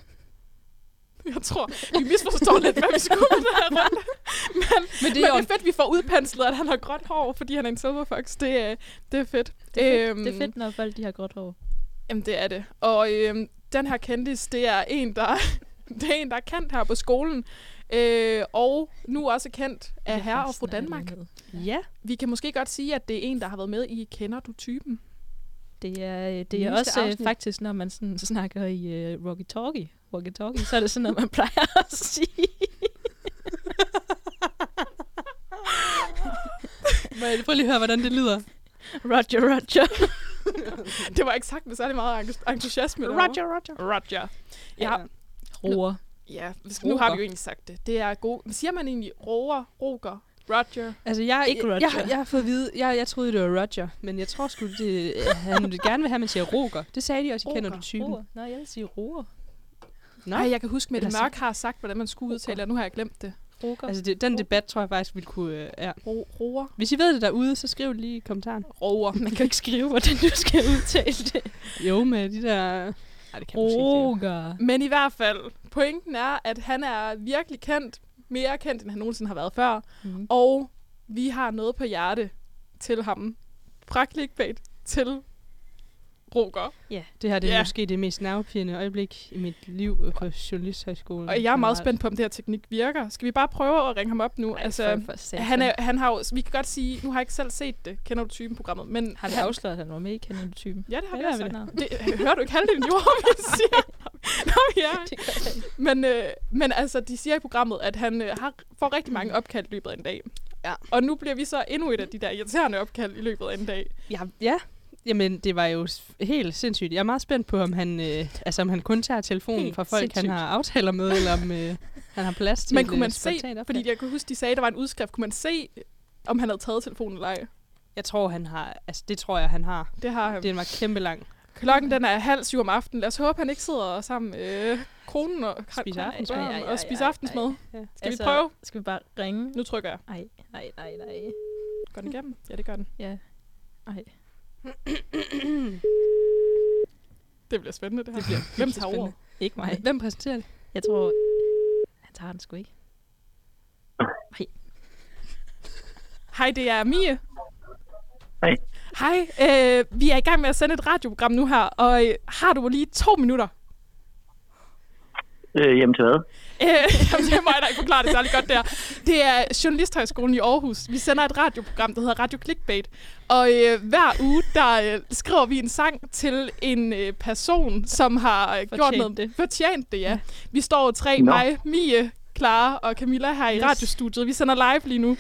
Jeg tror, vi misforstår lidt, hvad vi skulle <laughs> med den her <laughs> runde. Men det Det er er, jo men det er fedt, vi får udpenslet, at han har gråt hår, fordi han er en silverfox. Det, er- det er fedt. Det er, fedt, øhm. det er fedt, når folk de har gråt hår. Jamen, det er det. Og øhm, den her kendis, det er en, der, <laughs> det er en, der er kendt her på skolen. Øh, og nu også kendt af herre og fru Danmark. Ja. Vi kan måske godt sige, at det er en, der har været med i Kender du typen? Det er, øh, det Nyeste er også afsnit. afsnit. faktisk, når man sådan snakker i uh, Rocky Talkie, Rocky Talkie, så er det sådan noget, man <laughs> plejer at sige. Må jeg prøve lige at høre, hvordan det lyder? Roger, Roger. Det var ikke sagt med særlig meget entus- entusiasme. derovre. Roger. Roger. Ja, Roer. ja nu har vi Roger. jo egentlig sagt det. Det er god. Siger man egentlig Roger, Roger, Roger? Altså, jeg, Ikke jeg, Roger. jeg, jeg har fået at vide, jeg, jeg troede, det var Roger, men jeg tror sgu, det, han vil gerne vil have, at man siger Roger. Det sagde de også, I kender Roger. du typen. Roer. Nå, jeg vil sige roer. Nå, Nej, jeg kan huske, Mette Eller Mørk har sagt, hvordan man skulle udtale, og nu har jeg glemt det. Roger. altså det, den debat tror jeg faktisk, vi kunne... Øh, ja. Ro, roer. Hvis I ved det derude, så skriv det lige i kommentaren. Roer. man kan jo ikke <laughs> skrive, hvordan du skal udtale det. Jo, med de der... Nej, det Altså, kan man ikke. Roger. Men i hvert fald, pointen er, at han er virkelig kendt, mere kendt, end han nogensinde har været før, Mm. og vi har noget på hjerte til ham. Fra clickbait til Roger. Det her det er Ja. måske det mest nervepirrende øjeblik i mit liv øh, på Journalisthøjskolen. Og jeg er meget spændt på, om det her teknik virker. Skal vi bare prøve at ringe ham op nu? altså, han, er, han har jo, vi kan godt sige, nu har jeg ikke selv set det, kender du typen programmet, men har det afsløret, at han var med i Kanontypen? Ja, det har vi Ja, også det sagt. har Det, hører du ikke halvdelen af de ord, vi siger? Nå, ja. Men, øh, men altså, de siger i programmet, at han øh, har, får rigtig mange opkald i løbet af en dag. Mm. Ja. Og nu bliver vi så endnu et af de der irriterende opkald i løbet af en dag. Ja, ja. Jamen, det var jo s- helt sindssygt. Jeg er meget spændt på, om han, øh, altså, om han kun tager telefonen Helt fra folk, sindssygt. han har aftaler med, eller om øh, han har plads til Men kunne et, man øh, spontant se, opkald. fordi jeg kunne huske, de sagde, at der var en udskrift, kunne man se, om han havde taget telefonen eller ej? Jeg tror, han har... Altså, det tror jeg, han har. Det har han. Den var kæmpe lang. Klokken den er halv syv om aftenen. Lad os håbe, han ikke sidder sammen med øh, kronen og Spiser og- aftensmad. og- Ej, ej, ej, og spiser ej, aftensmad. Ja. Skal vi prøve? Altså, Skal vi bare ringe? Nu trykker jeg. Nej, nej, nej, nej. Går den igennem? Ja, det gør den. Ja. Ej. Det bliver spændende, det her. Det bliver Hvem tager spændende. ordet? Ikke mig. Hvem præsenterer det? Jeg tror, han tager den sgu ikke. Hej, det er Mie. Hej. Hej, øh, vi er i gang med at sende et radioprogram nu her, og øh, har du lige to minutter? Øh, jamen til hvad? <laughs> Øh, jamen, det må jeg da ikke forklare det særlig godt der. Det er Journalisthøjskolen i Aarhus. Vi sender et radioprogram, der hedder Radio Clickbait. Og øh, hver uge, der øh, skriver vi en sang til en øh, person, som har øh, gjort Fortjent noget. det. Fortjent det, ja. Vi står jo tre, Nå. mig, Mie, Clara og Camilla her i Yes. radiostudiet. Vi sender live lige <laughs> nu.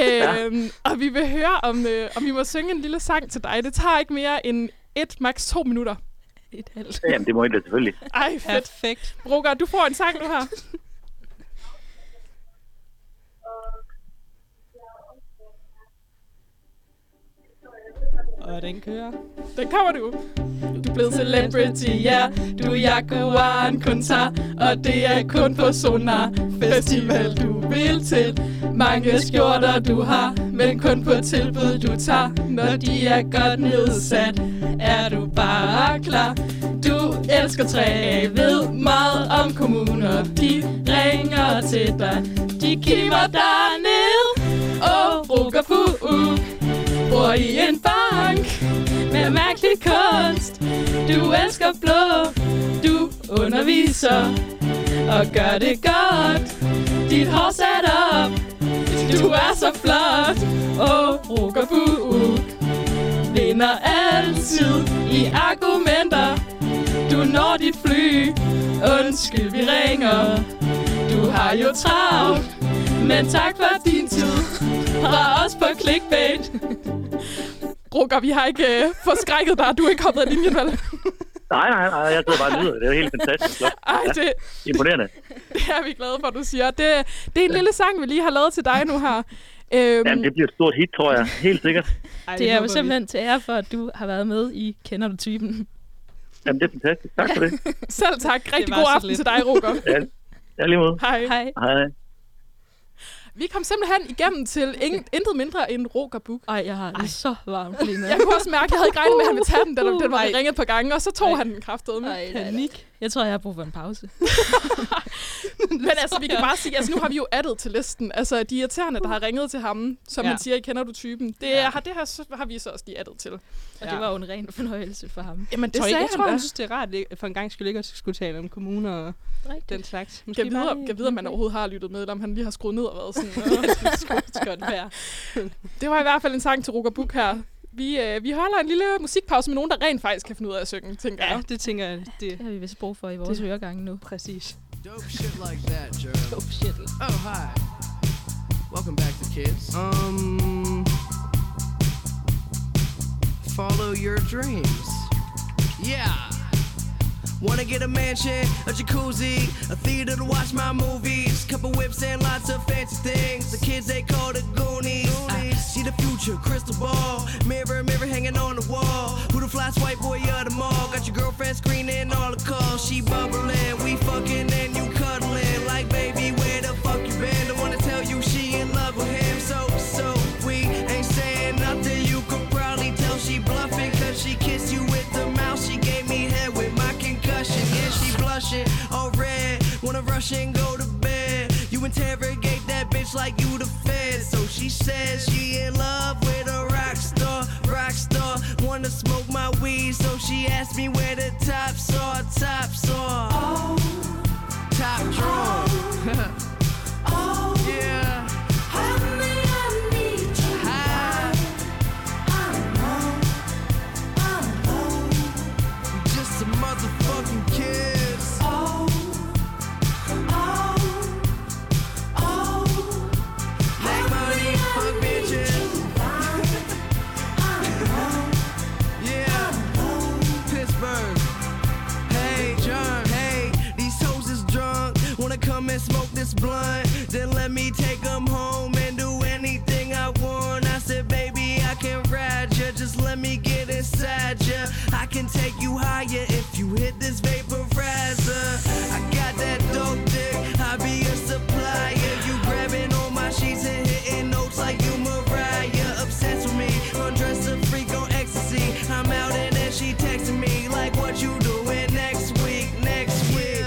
øhm, og vi vil høre, om, øh, om vi må synge en lille sang til dig. Det tager ikke mere end et, maks to minutter. Et halvt. Jamen, det må I da selvfølgelig. Ej, fedt. Perfekt. Roger, du får en sang nu her. Og den kører. Den kommer du. Du blev celebrity, ja. Du er jaguaren kun tager, og det er kun på Sonar Festival, du vil til. Mange skjorter, du har, men kun på tilbud, du tager. Når de er godt nedsat, er du bare klar. Du elsker træ, ved meget om kommuner. De ringer til dig, de kimer dig ned. Og bruger fu, bor i en bank med mærkelig kunst. Du elsker blå, du underviser og gør det godt. Dit hår sat op, du er så flot. Og Roger Buuk vinder altid i argumenter. Du når dit fly, undskyld vi ringer. Du har jo travlt, men tak for din tid. Fra os på clickbait. Roger, vi har ikke øh, forskrækket dig. Du er ikke hoppet af linjen, vel? Nej, nej, nej, jeg sidder bare og nyder. Det er jo helt fantastisk. flot. Ej, det, Imponerende. det er vi glade for, du siger. Det, det er en lille sang, vi lige har lavet til dig nu her. Øhm, Jamen, det bliver et stort hit, tror jeg. Helt sikkert. Ej, Det er jo håber vi. simpelthen til ære for, at du har været med i Kender du typen? Jamen, det er fantastisk. Tak for det. Selv tak. Rigtig var god så aften lidt. til dig, Roger. Ja, ja lige måde. Hej. Hej. Hej. Vi kom simpelthen igennem til ingen, intet mindre end Roger Buk. Ej, jeg har det Ej. så <laughs> varmt lige nu. Jeg kunne også mærke, at jeg havde ikke regnet med, at han ville tage den, da der- den var Nej. ringet på gange, og så tog han den kraftedeme. Ej, panik. Jeg tror, jeg har brug for en pause. Men altså, vi kan bare sige, altså nu har vi jo addet til listen. Altså, de irriterende, der har ringet til ham, som Ja. ja. han siger, I kender du typen. Det ja. har, det her, så har vi så også lige addet til. Og det var jo en ren fornøjelse for ham. Jamen, det Tror I- sagde jeg tror, han da. hun synes, det er rart, at for en gang skulle ikke at skulle tale om kommuner og den slags. Kan bare videre, lige- kan videre, om man overhovedet har lyttet med, eller om han lige har skruet ned og været sådan. "Nå." Det skulle også godt være. <laughs> det var i hvert fald en sang til Roger Buk her. Vi, øh, vi holder en lille musikpause med nogen, der rent faktisk kan finde ud af at synge, tænker Ja, jeg. det tænker jeg, det Det har vi vist brug for i vores øregange nu. præcis. Dope shit like that, Gerald. Dope shit. Oh, hi. Welcome back to Kids. Um. Follow your dreams. Yeah. Wanna get a mansion, a jacuzzi, a theater to watch my movies, couple whips and lots of fancy things. The kids they call the Goonies. I see the future, crystal ball, mirror, mirror hanging on the wall. Who the fly white boy of the mall? Got your girlfriend screening all the calls. She bubbling, we fucking and you cuddling. Like baby, where the fuck you been? I wanna tell you she in love with him, so so we ain't saying nothing. You could probably tell she bluffing, cause she kissed you with the mouth. She gave me head with my concussion. Yeah, she blushing, all red. Wanna rush and go to bed. You interrogate that bitch like you the fed. So she says she in love with a rock star, rock star. Wanna smoke my weed, so she asked me where the tops are, tops are. Oh, top drawer. oh, <laughs> yeah. Hi. Just a motherfucking kiss. Oh, oh, oh. Like money, fuck bitches. <laughs> Yeah, Pittsburgh. Hey, John, hey, these hoes is drunk. Wanna come and smoke this blunt? Then let me take 'em home and do anything I want. I said, baby, I can ride ya. Just let me get inside ya. I can take you higher if you hit this vaporizer. I got that dope dick, I be a supplier. You grabbing on my sheets and hitting notes like you Mariah. Obsessed with me, undress a freak on ecstasy. I'm out and then she texting me like, what you doing next week? Next week.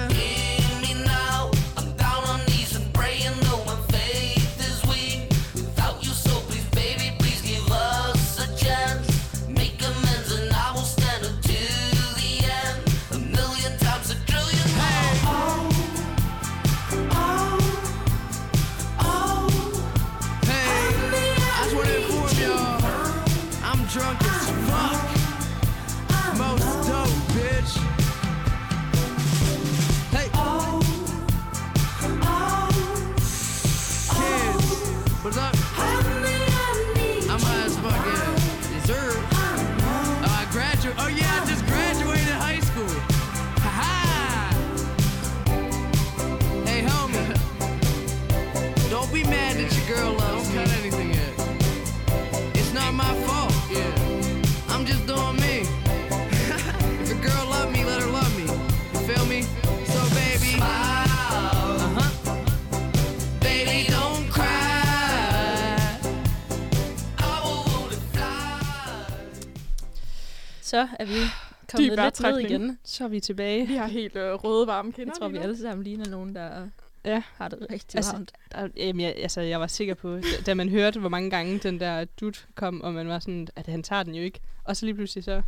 Hey, I just wanna inform y'all, I'm drunk as fuck. Most dope, bitch. Hey, oh, kids, what's up? I'm high as fuck, yeah. Dessert. Oh, I graduated. Oh yeah, I just graduated high school. <laughs> Uh-huh. Så er vi kommet Dyb lidt ned vejrtrækning. igen. Så er vi tilbage. Vi har helt øh, røde varme kinder Jeg tror, vi lige nu. alle sammen ligner nogen, der Ja. har det rigtig Altså, altså, varmt. Der, jamen, jeg, altså, jeg var sikker på, da, da man hørte, hvor mange gange den der dut kom, og man var sådan, at han tager den jo ikke. Og så lige pludselig, så,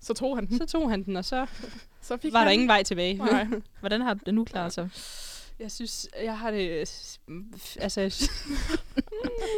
Så tog han den. så tog han den, og så Så fik var han der ingen vej tilbage. Nej. Hvordan har du det nu, Clara, så? Jeg synes, jeg har det... øh, s- f- Altså, jeg synes-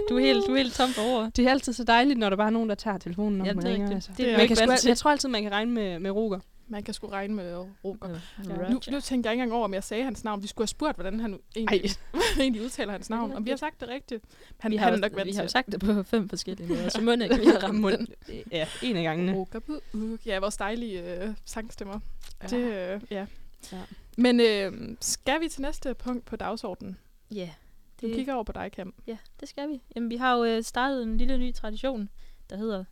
Du er helt, du er helt tom for ord. det er altid så dejligt, når der bare er nogen, der tager telefonen, når Ja, man det er ringer. rigtigt. Altså. Det er Det er man Man ikke kan vant sgu, til. jeg tror altid, man kan regne med, med Roger. Man kan sgu regne med øh, Roger. Ja. Nu, nu tænkte jeg ikke engang over, om jeg sagde hans navn. Vi skulle have spurgt, hvordan han egentlig, <laughs> egentlig udtaler hans navn. Om vi har sagt det rigtigt. Han, vi har, han er også- nok vant vi har jo til. sagt det på fem forskellige måder, så må ikke, vi har ramt Mund- den. Ja, en af gangene. Roger på Uk. Ja, vores dejlige øh, sangstemmer. Ja. Det, øh, ja. Ja. Men øh, skal vi til næste punkt på dagsordenen? Ja, Du det, kigger over på dig, Cam. ja, det skal vi. Jamen, vi har jo øh, startet en lille ny tradition, der hedder...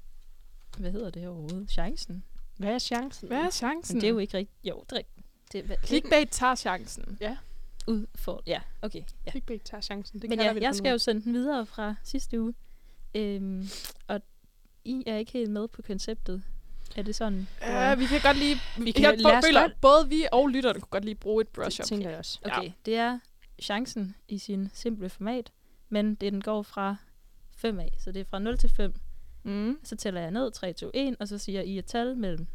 Hvad hedder det overhovedet? Chancen? Hvad er chancen? Hvad er chancen? Men det er jo ikke rigtigt... Jo, det er rigtigt. Det er, hvad- Clickbait tager chancen. ud for... Ja, okay. Ja. Clickbait tager chancen. Det Men kalder ja, vi det jeg på skal nu. jo sende den videre fra sidste uge. Øhm, og I er ikke helt med på konceptet. Er det sådan? Ja, vi kan godt lige... Vi kan- kan, jeg lad os føler, godt- at både vi og lytterne kunne godt lige bruge et brush-up. Det tænker jeg også. Okay, ja. det er chancen i sin simple format, men det, den går fra 5 af, så det er fra 0 til 5. Mm. Så tæller jeg ned, 3, 2, 1, og så siger I et tal mellem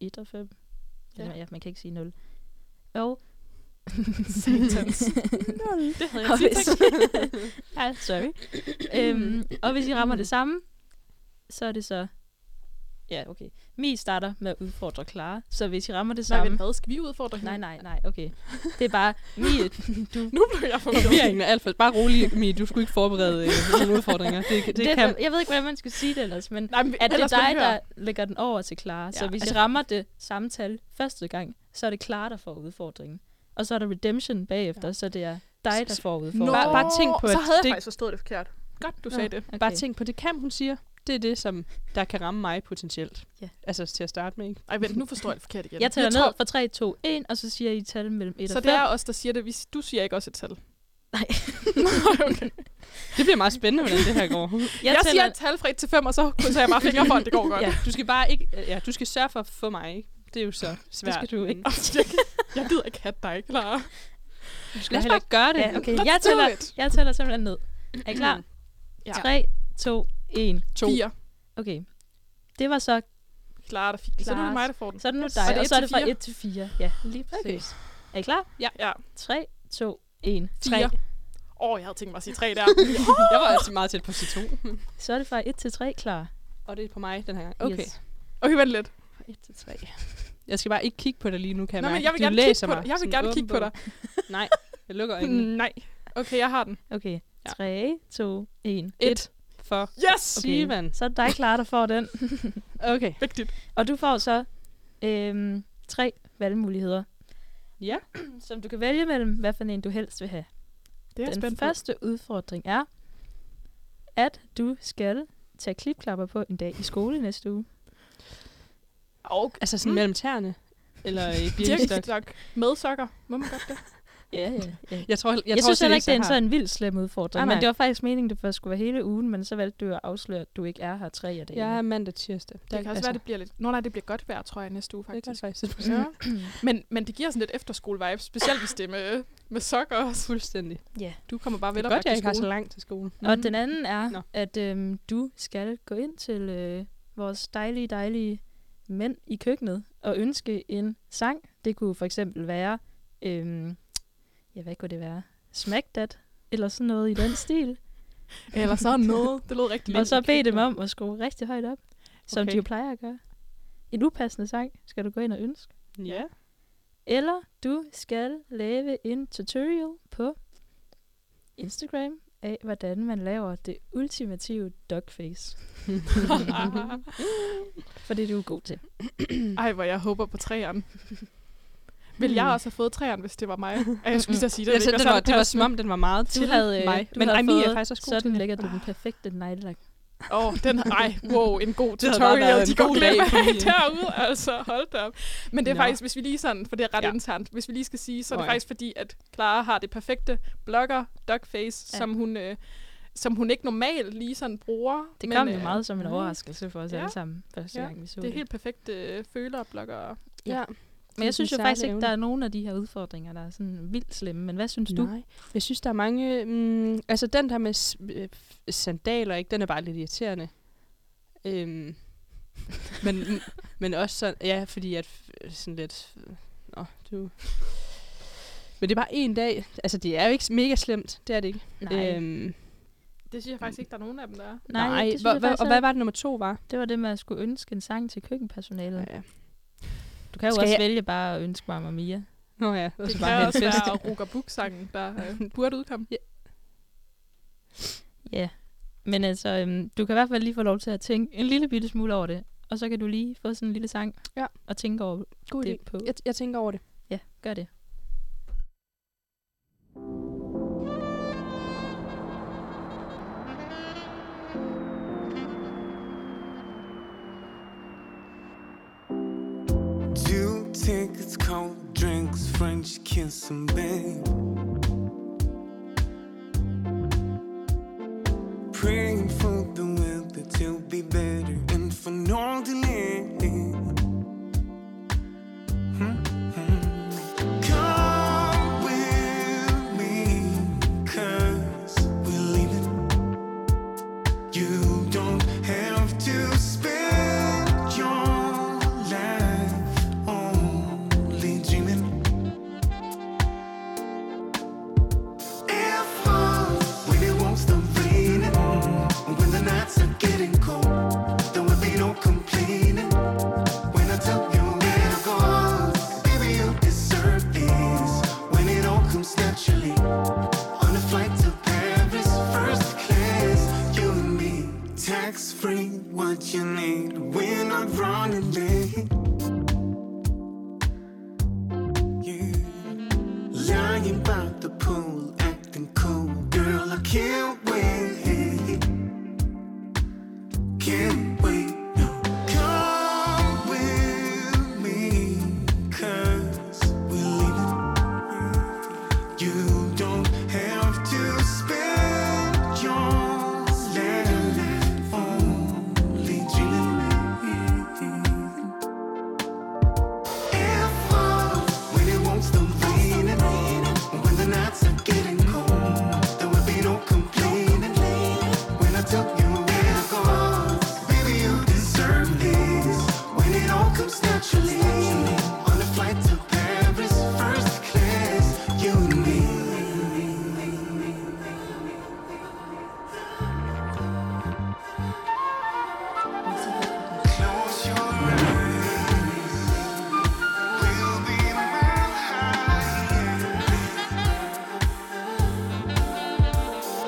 1 og 5. Ja. Ja. ja, man kan ikke sige 0. <laughs> Og Satans. <laughs> det havde jeg ikke sige. <laughs> ja, sorry. øhm, og hvis I rammer det samme, så er det så... Ja, okay. Mi starter med at udfordre Clara, så hvis I rammer det Nej, men samme... hvad? Skal vi udfordre hende? Nej, nej, nej, okay. Det er bare, Mi, du Nu blev <laughs> jeg forvirret. Forvirringen er alt for... Bare rolig, Mie. Du skulle ikke forberede <laughs> øh, nogle udfordringer. Det, det, det det er, kan... for- jeg ved ikke, hvordan man skulle sige det ellers, men Nej, men at det er ellers må vi dig, høre. der lægger den over til Clara. Ja, så Ja, hvis altså, altså- jeg rammer det samme tal første gang, så er det Clara, der får udfordringen. Og så er der redemption bagefter, ja. så det er dig, der får udfordringen. Nå, Bare- bare tænk på, så at havde jeg det- faktisk forstået det forkert. Godt, du Nå. sagde det. okay. Bare tænk på det cam, hun siger. Det er det, som der kan ramme mig potentielt. Ja. Altså til at starte med, ikke? Ej, vent, nu forstår jeg det forkert igen. Jeg tæller tror- ned fra 3, 2, 1, og så siger I tal mellem 1 Så og 5. det er os, der siger det. Vi- Du siger ikke også et tal. Nej. okay. Det bliver meget spændende, hvordan det her går. Jeg, jeg siger et tal fra 1 til 5, og så krydser jeg bare fingre for, at det går godt. <laughs> <laughs> ja, du skal bare ikke... øh, Ja, du skal sørge for at få mig, ikke? Det er jo så svært. skal <laughs> du ikke. Men- Jeg gider ikke have dig, Clara. Du skal Lad os heller ikke gøre det. Ja, okay. Let's Jeg do tæller, it. Mm-hmm. jeg tæller simpelthen ned. Er I klar? Ja. 3, 2, 1. To. 4. Okay. Det var så, Clara, der fik den. Så nu er Clara. det mig, der får den. så er det nu Og det dig, er og et så er til det fra fire. 1 til 4. Ja, lige præcis. Er I klar? Ja. 3, 2, 1. 4. 3. Åh, oh, jeg havde tænkt mig at sige 3 der. Jeg var altså meget tæt på C2. Så er det fra 1 til 3 klar. Og det er på mig den her gang. Okay. Yes. Okay, vent lidt. 1 til 3. Jeg skal bare ikke kigge på dig lige nu, kan jeg Nå, men mærke. jeg vil du gerne kigge på læser mig. dig. Jeg vil Sådan gerne åben kigge på dig. bog. <laughs> Nej, jeg lukker øjnene. Mm, Nej. Okay, jeg har den. Okay. Ja. 3, 2, 1. Et. For Yes! Steven. Så er det dig, Clara, der får den. Okay. Vigtigt. Og du får så øhm, tre valgmuligheder, Ja. som du kan vælge mellem, hvad for en du helst vil have. Det er jeg Den spændt på. første udfordring er, at du skal tage klipklapper på en dag i skole næste uge. Okay. Altså sådan Mm. mellem tæerne. Eller <laughs> i birkestok. Birkestok. Med sokker. Må man godt det? Ja, ja. ja. Jeg, Jeg tror, jeg, jeg tror synes slet heller ikke, det er en jeg har- sådan vild slem udfordring, Nej, nej, nej. men det var faktisk meningen, det først skulle være hele ugen, men så valgte du at afsløre, at du ikke er her tre af dagene. Jeg er mandag tirsdag. Det kan også være, det bliver lidt... Nå nej, det bliver godt vejr, tror jeg, næste uge altså. det kan altså, faktisk. faktisk. Ja. Men, men det giver sådan lidt efterskole-vibe, specielt hvis det er med, med sokker også. Fuldstændig. Du kommer bare Det vel er op godt, jeg til ikke har så skole. langt til skole. <laughs> Og den anden er, Nå. Nå. at øhm, du skal gå ind til øh, vores dejlige, dejlige mænd i køkkenet og ønske en sang. Det kunne for eksempel være, øhm, ja, hvad kunne det være? Smack That, eller sådan noget i den stil. Eller sådan noget. Det lød rigtig og så bede dem om at skrue rigtig højt op, som Okay. de jo plejer at gøre. En upassende sang skal du gå ind og ønske. Ja. Eller du skal lave en tutorial på Instagram af, hvordan man laver det ultimative <laughs> dogface. For det er du god til. Ej, hvor jeg håber på træerne. Vil jeg også have fået træerne, hvis det var mig? Ej, jeg skulle lige til at sige, det, ville Det, altså, ikke det, være var, det var som særlig om, den var meget Du til havde, øh, mig. du men havde Amy er fået faktisk også god til Sådan det. lægger du den perfekte nejlak. passende. Åh, oh, den Ej, wow, en god Det havde bare tutorial. været De en går god glip dag for af Mie. derude, altså hold da op. Men det er Nå. faktisk, hvis vi lige sådan, for det er ret Ja. ja. internt, hvis vi lige skal sige, så er det Nå ja. faktisk fordi, at Clara har det perfekte blogger, duckface, Ja. ja. som hun øh, som hun ikke normalt lige sådan bruger. Det kom Men, jo øh, meget som en nej. overraskelse for os Ja. alle sammen, første Ja, gang vi så Det er helt perfekt øh, følerblokker. og- Ja. Men jeg synes jo faktisk ikke, der er nogen af de her udfordringer, der er sådan vildt slemme. Men hvad synes du? Nej. Jeg synes, der er mange... Mm, altså, den der med s- øh, f- sandaler, ikke? den er bare lidt irriterende. Øhm, <laughs> men, men også sådan... Ja, fordi at f- sådan lidt... øh, Nå, du... Men det er bare en dag. Altså, det er jo ikke s- mega slemt. Det er det ikke. Nej, Øhm, Det synes jeg faktisk ikke, der er nogen af dem, der er. nej, nej det, synes hvor- jeg hvor- faktisk, og hvad var det nummer to var? det var det med at skulle ønske en sang til køkkenpersonalet. Ja. Du kan jo Skal også jeg- vælge bare at ønske Mamma Mia. Nå ja, det var Det så kan bare også en fest. være Roger Buk-sangen, der øh, burde udkomme. Ja, men altså, øhm, du kan i hvert fald lige få lov til at tænke en lille bitte smule over det. Og så kan du lige få sådan en lille sang Ja. og tænke over God det på. Jeg, jeg tænker over det. Ja, gør det. Two tickets, cold drinks, French kiss and babe. Praying for the weather to be better and for no delay. Mhm. Come with me, 'cause we're leaving. You don't have to spend your life only dreaming. If uh, when it won't stop raining, when the nights are getting cold, there will be no complaining. When I tell you where to go, baby, you deserve this. When it all comes naturally. On a flight to Paris, first class, you and me. Tax free, what you need. We're not running late. Yeah. Lying about the pool, acting cool. Girl, I can't wait. Can't wait. no. Come with me, 'cause we're leaving. You don't have to spend your life only dreaming. If uh, when it won't stop raining, when the nights are getting cold, there will be no complaining. When I tell you where to go, baby, you deserve this. When it all comes naturally, on a flight to Paris, first class, you and me. Close your eyes. We'll be mile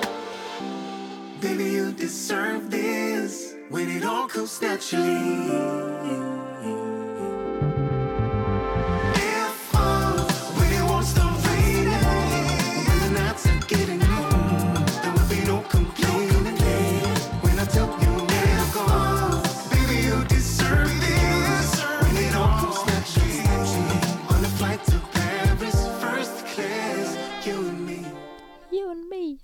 high. Baby, you deserve this when it all comes naturally. If uh, when it won't stop raining, when the nights are getting cold, there will be no complaining. When I tell you where to go, baby, you deserve this. When it all comes naturally, on a flight to Paris, first class, you and me. You and me.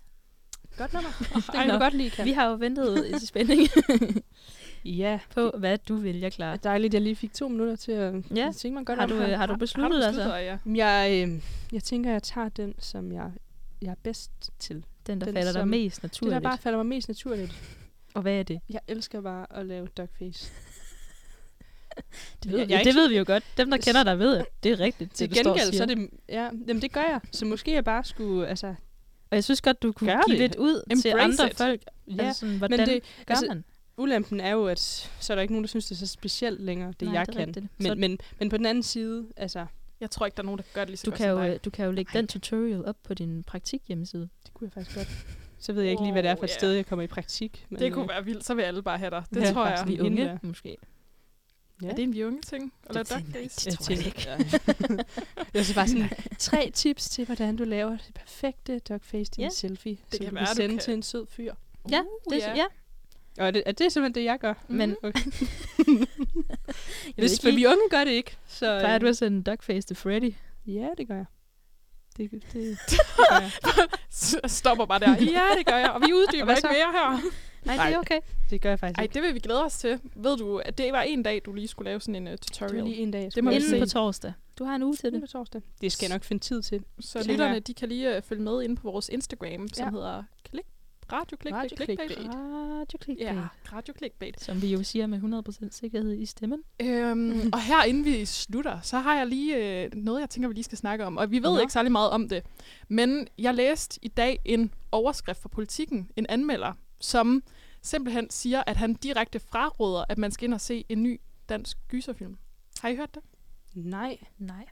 Godt nummer. det Ej, kan nå. du godt lide, Kat. Vi har jo <laughs> ventet i spænding Ja, på, hvad du vælger, klar. det er dejligt, jeg lige fik to minutter til at Ja. tænke mig godt Har om du, her. øh, har du besluttet dig så? dig, ja? Jeg, øh, jeg tænker, jeg tager den, som jeg, jeg er bedst til. Naturligt. Den, der Den, falder dig som- mest Det, der naturligt. bare falder mig mest naturligt. Og hvad er det? Jeg elsker bare at lave duckface. Det ved, Jeg- vi, jeg er det ikke- ved vi jo godt. Dem, der kender dig, ved, at det er rigtigt. Det, Til du står og gengæld, så siger. er det... Ja, jamen, det gør jeg. Så måske jeg bare skulle... Altså, Og jeg synes godt, du kunne Gør give det. lidt ud til Embrace andre it. folk. ja. altså, Altså, sådan, hvordan det- gør altså, man? ulempen er jo, at så er der ikke nogen, der synes, det er så specielt længere, det Nej, jeg det er kan. rigtigt. Så- Men, men, men på den anden side, altså... Jeg tror ikke, der er nogen, der gør det lige så Du godt kan, som jo, dig. øh, du kan jo lægge den tutorial op på din praktik hjemmeside. Det kunne jeg faktisk godt. Så ved jeg ikke lige, hvad det er for et Wow, ja. sted, jeg kommer i praktik. Men, Det kunne være vildt, så vil alle bare have dig. Det øh, Ja, tror jeg. faktisk Vi Hende unge, der. måske. Ja. Er det en unge ting? At lave Det tænker duck jeg ikke. face? Det tror jeg ikke. <laughs> jeg er så bare <laughs> sådan, tre tips til, hvordan du laver det perfekte duckface til Ja. en selfie, det som kan du være, kan du sende kan. til en sød fyr. Ja, det, ja. ja. Og er det, er det simpelthen det, jeg gør? Men <laughs> Okay. jeg ved Hvis, ikke for lige- vi unge gør det ikke. Så, plejer øh, du at sende duckface til Freddy? Ja, det gør jeg. Det, <laughs> det, <laughs> S- Stopper bare der. Ja, det gør jeg. Og vi Og uddyber hvad ikke så? mere her. nej, det er okay. Det gør jeg faktisk Ej, ikke. det vil vi glæde os til. Ved du, at det var en dag, du lige skulle lave sådan en uh, tutorial. Det var lige en dag. jeg Det må vi skulle Inden se. på torsdag. Du har en uge til Inden det. på torsdag. Det skal jeg nok finde tid til. Så Tænker lytterne, jeg. de kan lige uh, følge med inde på vores Instagram, som Ja. hedder Klik. Radio Klik. Radio Radio Klik. Clickbait. Radio Ja, Radio Clickbait. Som vi jo siger med 100% sikkerhed i stemmen. Øhm, og her inden vi slutter, så har jeg lige øh, noget, jeg tænker, vi lige skal snakke om. Og vi ved Nå. ikke særlig meget om det. Men jeg læste i dag en overskrift fra politikken, en anmelder, som simpelthen siger, at han direkte fraråder, at man skal ind og se en ny dansk gyserfilm. Har I hørt det? Nej. Nej.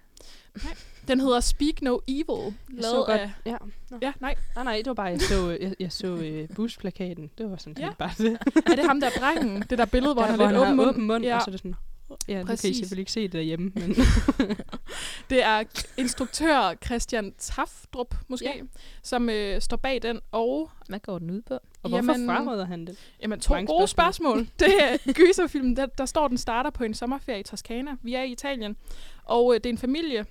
Den hedder Speak No Evil. Jeg så Lavet godt. af... Ja. Ja, nej. Nej, nej, det var bare, jeg så, øh, jeg, jeg så øh, busplakaten. Det var sådan Ja. set bare det. Er det ham der drengen? Det der <laughs> billede, hvor Der, han har lidt åben mund. mund, altså. Ja. og så er det sådan... Ja, det kan I Præcis. selvfølgelig ikke se det derhjemme, <laughs> men Det er instruktør Christian Tafdrup, måske, Ja. som øh, står bag den. Og Hvad går den ud på? og hvorfor Jamen- fraråder han det? Jamen, to Mange gode spørgsmål. Det er gyserfilmen, der, der står, den starter på en sommerferie i Toskana. Vi er i Italien. Og øh, det er en familie,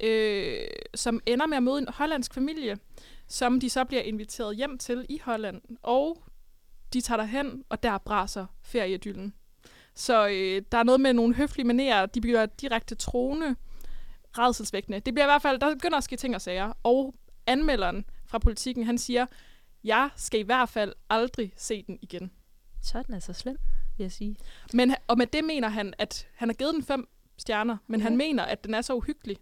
øh, som ender med at møde en hollandsk familie, som de så bliver inviteret hjem til i Holland. Og de tager derhen, og der braser feriedylden. Så øh, der er noget med nogle høflige manerer. De bliver direkte troende, redselsvækkende. Det bliver i hvert fald, der begynder at ske ting og sager. Og anmelderen fra politikken, han siger, jeg skal i hvert fald aldrig se den igen. Sådan er så slem, vil jeg sige. Men, ha- og med det mener han, at han har givet den fem stjerner, men han Ja. mener, at den er så uhyggelig,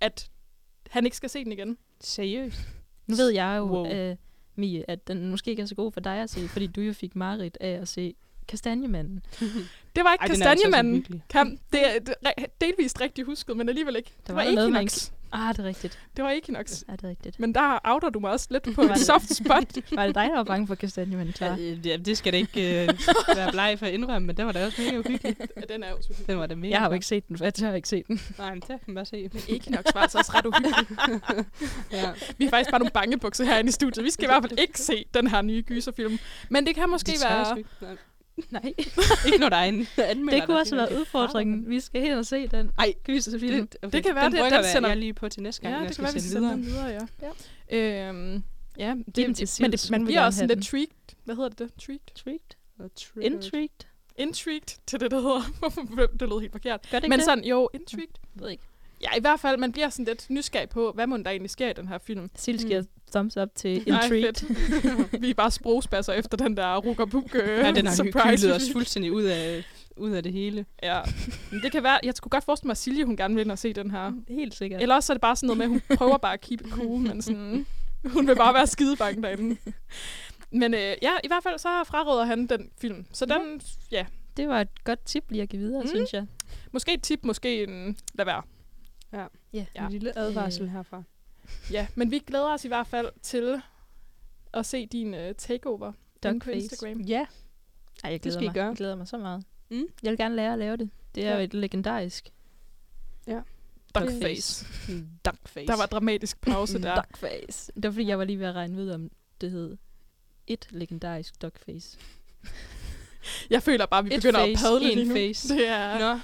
at han ikke skal se den igen. Seriøst? Nu ved jeg jo, Wow. wow. øh, Mie, at den måske ikke er så god for dig at se, fordi du jo fik mareridt af at se Kastanjemanden. Det var ikke Ej, Ej, den er altså også kastanjemanden, uhyggelig. Kam. Det er det er re- delvist rigtigt husket, men alligevel ikke. Det var var der noget, man Equinox. Ah, det er rigtigt. Det var Equinox. Ah, det er rigtigt. Men der outer du mig også lidt på Var et det- soft spot. Var det dig, der var bange for Kastanjemanden, <laughs> Ja, klar? øh, ja, det skal da ikke <laughs> øh, være bleg for at indrømme, men den var da også mega uhyggelig. <laughs> Ja, den er jo så Den var da mega Jeg har jo ikke set den, for jeg tør ikke se den. god. Nej, men der kan man bare se. Equinox var altså også ret uhyggelig. Ja. Vi er faktisk bare nogle bangebukser herinde i studiet. Vi skal i hvert fald ikke se den her nye gyserfilm. Men det kan måske Det det tør jeg være... sgu ikke. Nej, <laughs> <laughs> Nej, <laughs> Ikke når der er en anmelder, det kunne der også siger, være "Det er udfordringen. Vi skal hen og se den. Ej, kan vi så sige det? Okay, Det kan være, den det er brygger den, jeg- sender- jeg lige på til næste gang, Ja, når det jeg kan skal være, vi sende sender videre. den videre, ja. ja. Øhm, ja det, Giv dem til men det, Sivs, man hun vil bliver gerne også have sådan lidt den. tricked. Hvad hedder det? det? Tricked? Intrigued? Intrigue. Intrigued? Intrigued til det, der hedder. <laughs> Hvorfor- det lød helt forkert. Gør det ikke Men det? sådan, jo, intrigued. Jeg ved ikke. Ja, i hvert fald, man bliver sådan lidt nysgerrig på, hvad må der egentlig sker i den her film. Sils giver thumbs up <laughs> til Nej, Intrigued. fedt. Vi er bare sprogbasser efter den der rukabuk øh, <laughs> Ja, den har surprise. kylet os fuldstændig ud af, ud af det hele. Ja. Men det kan være, jeg skulle godt forestille mig, at Silje, hun gerne vil ind og se den her. Helt sikkert. Eller også er det bare sådan noget med, at hun prøver bare at keep it cool, men sådan, <laughs> hun vil bare være skidebange derinde. Men øh, ja, i hvert fald så fraråder han den film. Så den, ja, Det var et godt tip lige at give videre, Mm. mm. synes jeg. måske et tip, måske en lad være. Yeah. Ja. En lille advarsel herfra. Ja, men vi glæder os i hvert fald til at se din øh, takeover inde på Duckface. Instagram. Ja, Ej, jeg Det glæder skal I mig. gøre. Jeg glæder mig så meget. Mm. Jeg vil gerne lære at lave det. Det er Ja. jo et legendarisk Duckface. duckface. Der var dramatisk pause Mm. der. duckface. Det var fordi, jeg var lige ved at regne ud, om det hed et legendarisk duckface. Jeg føler bare, at vi Et begynder face, at padle en lige nu. face. Det er... Nå,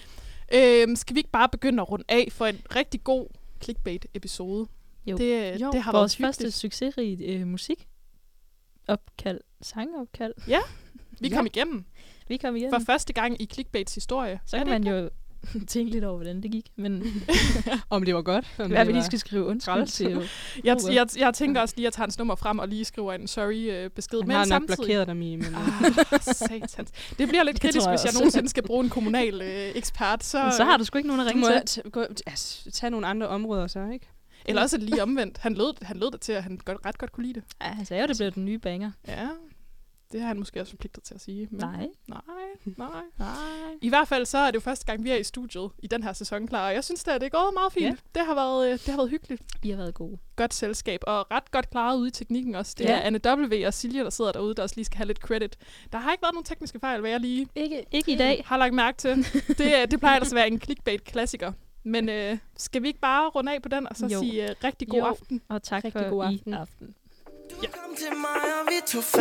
Øhm, skal vi ikke bare begynde at runde af for en rigtig god clickbait-episode? Jo. <laughs> Det, øh, Jo. det har Vores været første succesrige øh, musik opkald, sangopkald. hyggeligt. Vi kom igennem Vi kom igen. for første gang i clickbaits historie. så Er kan det man ikke jo <laughs> tænke lidt over, hvordan det gik. Men om det var godt. Om hvad det vi lige var- skal skrive undskyld træls. til. jo. det? Jeg, jeg, jeg tænker også lige at tage hans nummer frem og lige skrive en sorry-besked. Han men har nok samtidig... blokeret dem i, men øh, Ah, satans. Det bliver lidt Det kritisk, tror jeg hvis jeg også. nogensinde skal bruge en kommunal øh, ekspert. <laughs> Så, Men så har du sgu ikke nogen at du ringe må til. t- gå, altså, tage nogle andre områder så, ikke? Eller også er det lige omvendt. Han lød, han lød det til, at han godt, ret godt kunne lide det. Ja, han sagde jo, det blev den nye banger. Ja, det har han måske også forpligtet til at sige. Men Nej. Nej, nej. Nej. I hvert fald så er det jo første gang, vi er i studiet i den her sæson, klar. Og jeg synes da, det er gået meget fint. Ja. Det, har været, øh, det har været hyggeligt. I har været gode. Godt selskab, og ret godt klaret ude i teknikken også. Det Ja. er Anne W. og Silje, der sidder derude, der også lige skal have lidt credit. Der har ikke været nogen tekniske fejl, hvad jeg lige Ikke, ikke i dag. har lagt mærke <laughs> til. Det, øh, det plejer ellers at være en clickbait-klassiker. Men øh, skal vi ikke bare runde af på den, og så Jo. sige øh, rigtig god Jo. aften? Og tak Rigtig for god i aften. aften. Du kom til mig, og vi tog fat.